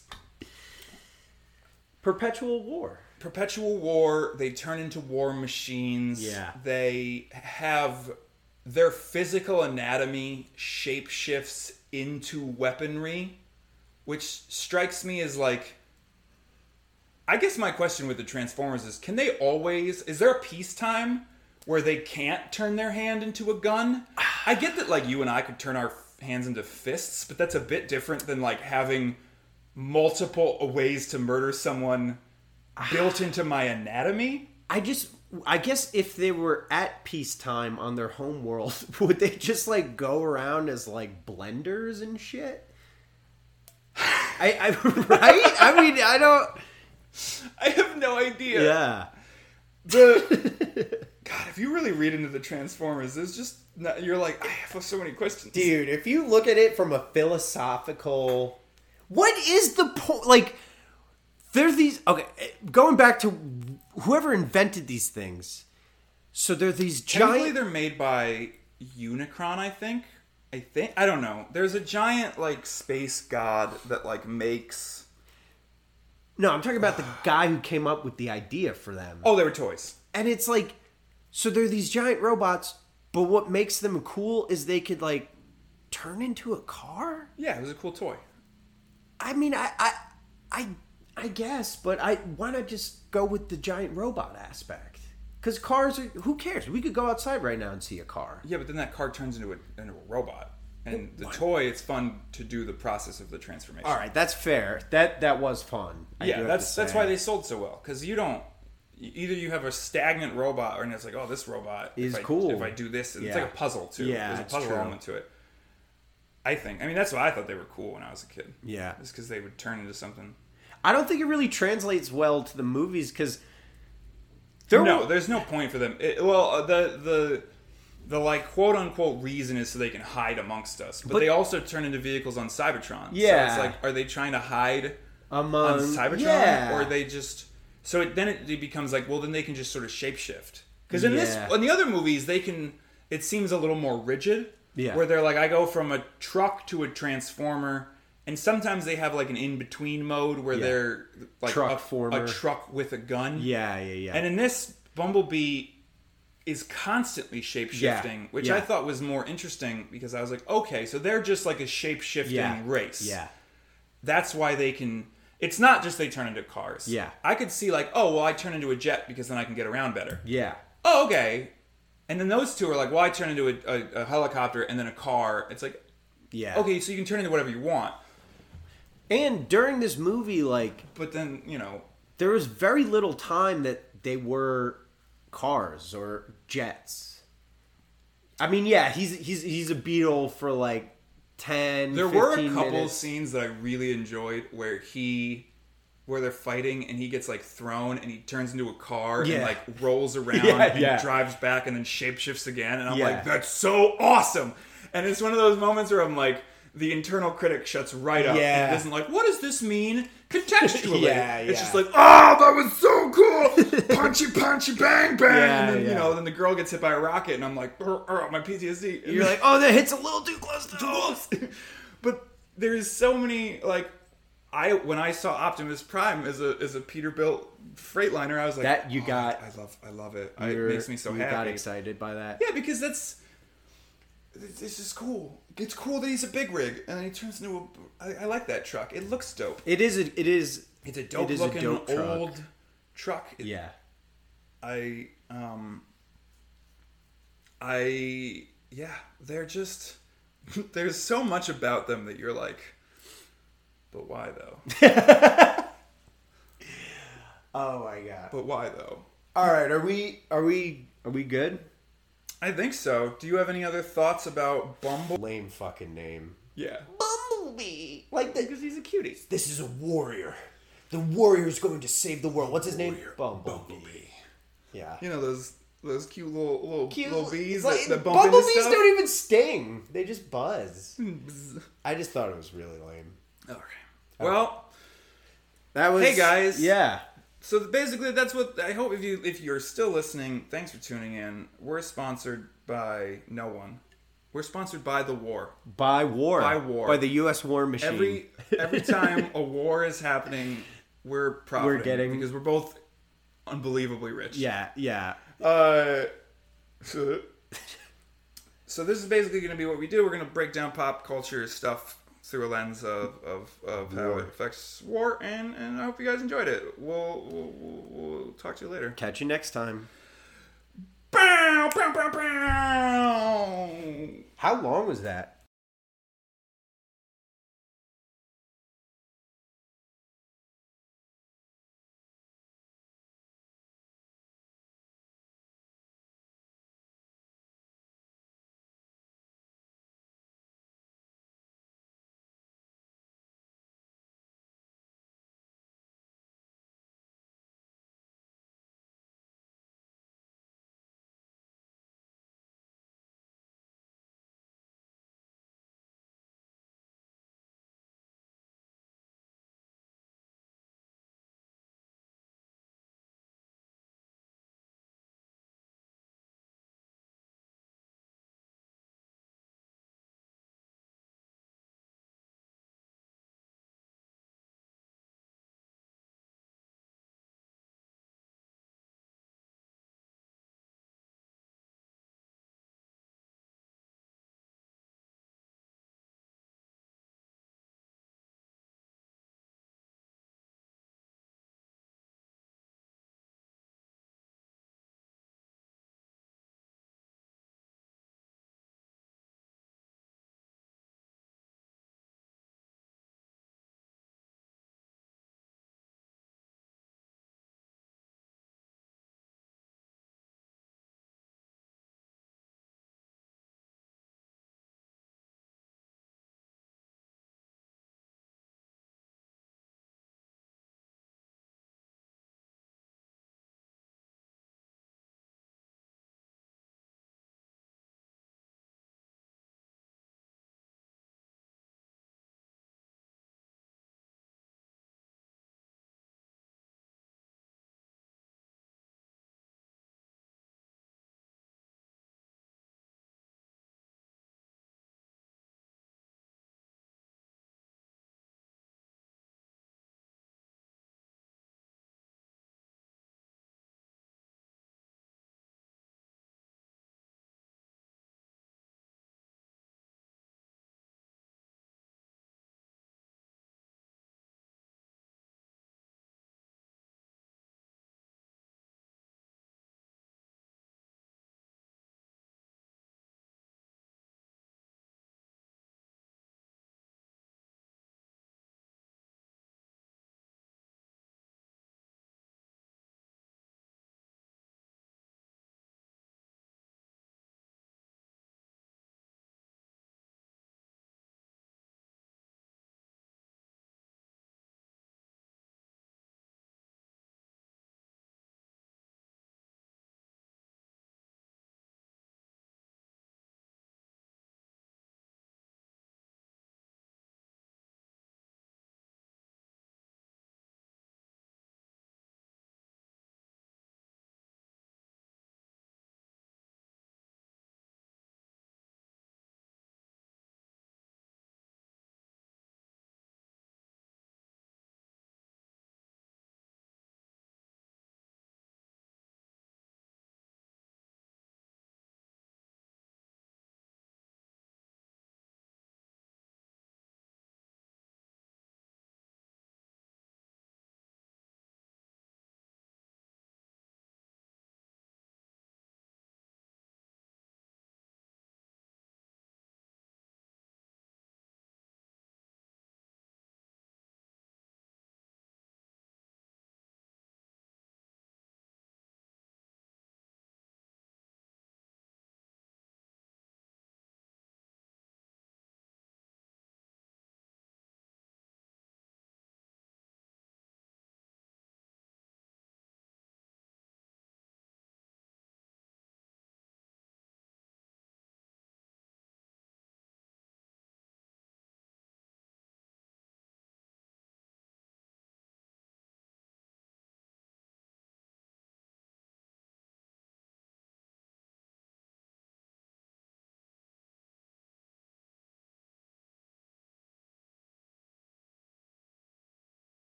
perpetual war. perpetual war. They turn into war machines. Yeah. They have their physical anatomy shape shifts into weaponry, which strikes me as like. I guess my question with the Transformers is can they always. Is there a peacetime where they can't turn their hand into a gun? I get that, like, you and I could turn our f- hands into fists, but that's a bit different than, like, having multiple ways to murder someone built into my anatomy. I just, I guess if they were at peacetime on their home world, (laughs) would they just like go around as like blenders and shit? I, I (laughs) right? I mean, I don't. I have no idea. Yeah, The, God, if you really read into the Transformers, there's just not, you're like, I have so many questions. (laughs) dude. If you look at it from a philosophical, what is the point? Like, there's these. Okay, eh, going back to whoever invented these things. So they're these Technically, giant. they're made by Unicron, I think. I think I don't know. There's a giant like space god that like makes. No, I'm talking about the guy who came up with the idea for them. Oh, they were toys. And it's like, so they're these giant robots, but what makes them cool is they could like turn into a car. Yeah, it was a cool toy. I mean, I, I, I, I guess, but I why not just go with the giant robot aspect? Because cars are who cares? We could go outside right now and see a car. Yeah, but then that car turns into a into a robot, and the toy. It's fun to do the process of the transformation. All right, that's fair. That that was fun. I do yeah, have that's to that's say. why they sold so well because you don't e-, either you have a stagnant robot or and it's like oh this robot Is if I, cool. if I do this and it's Yeah. like a puzzle too Yeah, there's a it's puzzle true. element to it. I think I mean that's why I thought they were cool when I was a kid. Yeah. just because they would turn into something. I don't think it really translates well to the movies because there no, were- there's no point for them. It, well, uh, the the the like quote unquote reason is so they can hide amongst us, but, But- they also turn into vehicles on Cybertron. so Yeah. it's like are they trying to hide on among Cybertron, Um, yeah. or they just so it, then it, it becomes like well then they can just sort of shapeshift because in this Yeah. in the other movies they can it seems a little more rigid Yeah. where they're like I go from a truck to a transformer and sometimes they have like an in between mode where they're like Truck a, former. a truck with a gun yeah yeah yeah and in this Bumblebee is constantly shapeshifting, which I yeah. thought was more interesting because I was like okay so they're just like a shapeshifting yeah race yeah that's why they can it's not just they turn into cars Yeah. i could see like oh well i turn into a jet because then i can get around better yeah oh okay and then those two are like well i turn into a, a, a helicopter and then a car it's like yeah okay so you can turn into whatever you want And during this movie, like but then you know there was very little time that they were cars or jets. I mean, yeah, he's he's he's a beetle for like ten. there were a 15 couple minutes. scenes that i really enjoyed where he where they're fighting and he gets like thrown and he turns into a car and Yeah. like (laughs) rolls around Yeah, and yeah. drives back and then shapeshifts again and i'm Yeah. like that's so awesome and it's one of those moments where i'm like the internal critic shuts right up and Yeah. isn't like what does this mean contextually (laughs) Yeah, it's yeah. just like oh that was so (laughs) cool punchy punchy bang bang Yeah, and then you yeah. know then the girl gets hit by a rocket and i'm like "Ur, ur, my ptsd And You're then- like, oh, that hits a little too close to home. but there's so many like I when I saw Optimus Prime as a as a Peterbilt freightliner, I was like, "Oh, That you got- I love I love it. I, it You're- makes me so you happy. Got excited by that. Yeah, because that's this this is cool. It's cool that he's a big rig and then he turns into a. I, I like that truck. It looks dope. It is. A, it is. It's a dope it is a looking dope truck. old truck. It- Yeah. I um I yeah, they're just (laughs) there's so much about them that you're like but why though? Oh my god. But why though? All right, are we are we are we good? I think so. Do you have any other thoughts about Bumble? Lame fucking name. Yeah. Bumblebee. Like the, Because he's a cutie. this is a warrior. The warrior's going to save the world. What's his name? Bumblebee. Yeah. You know those those cute little little Cute little bees like, that, that bump into Bumblebees stuff? don't even sting. They just buzz. (laughs) Bzz. I just thought it was really lame. Okay. Well, That was Hey, guys. Yeah. so basically that's what I hope if you if you're still listening, thanks for tuning in. We're sponsored by no one. We're sponsored by the war. By war. By war. By the US war machine. Every every time a war is happening, we're profiting getting- because we're both unbelievably rich. Yeah, yeah. Uh, so so this is basically going to be what we do. We're going to break down pop culture stuff through a lens of, of, of how War. it affects war, and, and I hope you guys enjoyed it. We'll, we'll, we'll, we'll talk to you later. Catch you next time. Bow, bow, bow, bow. How long was that?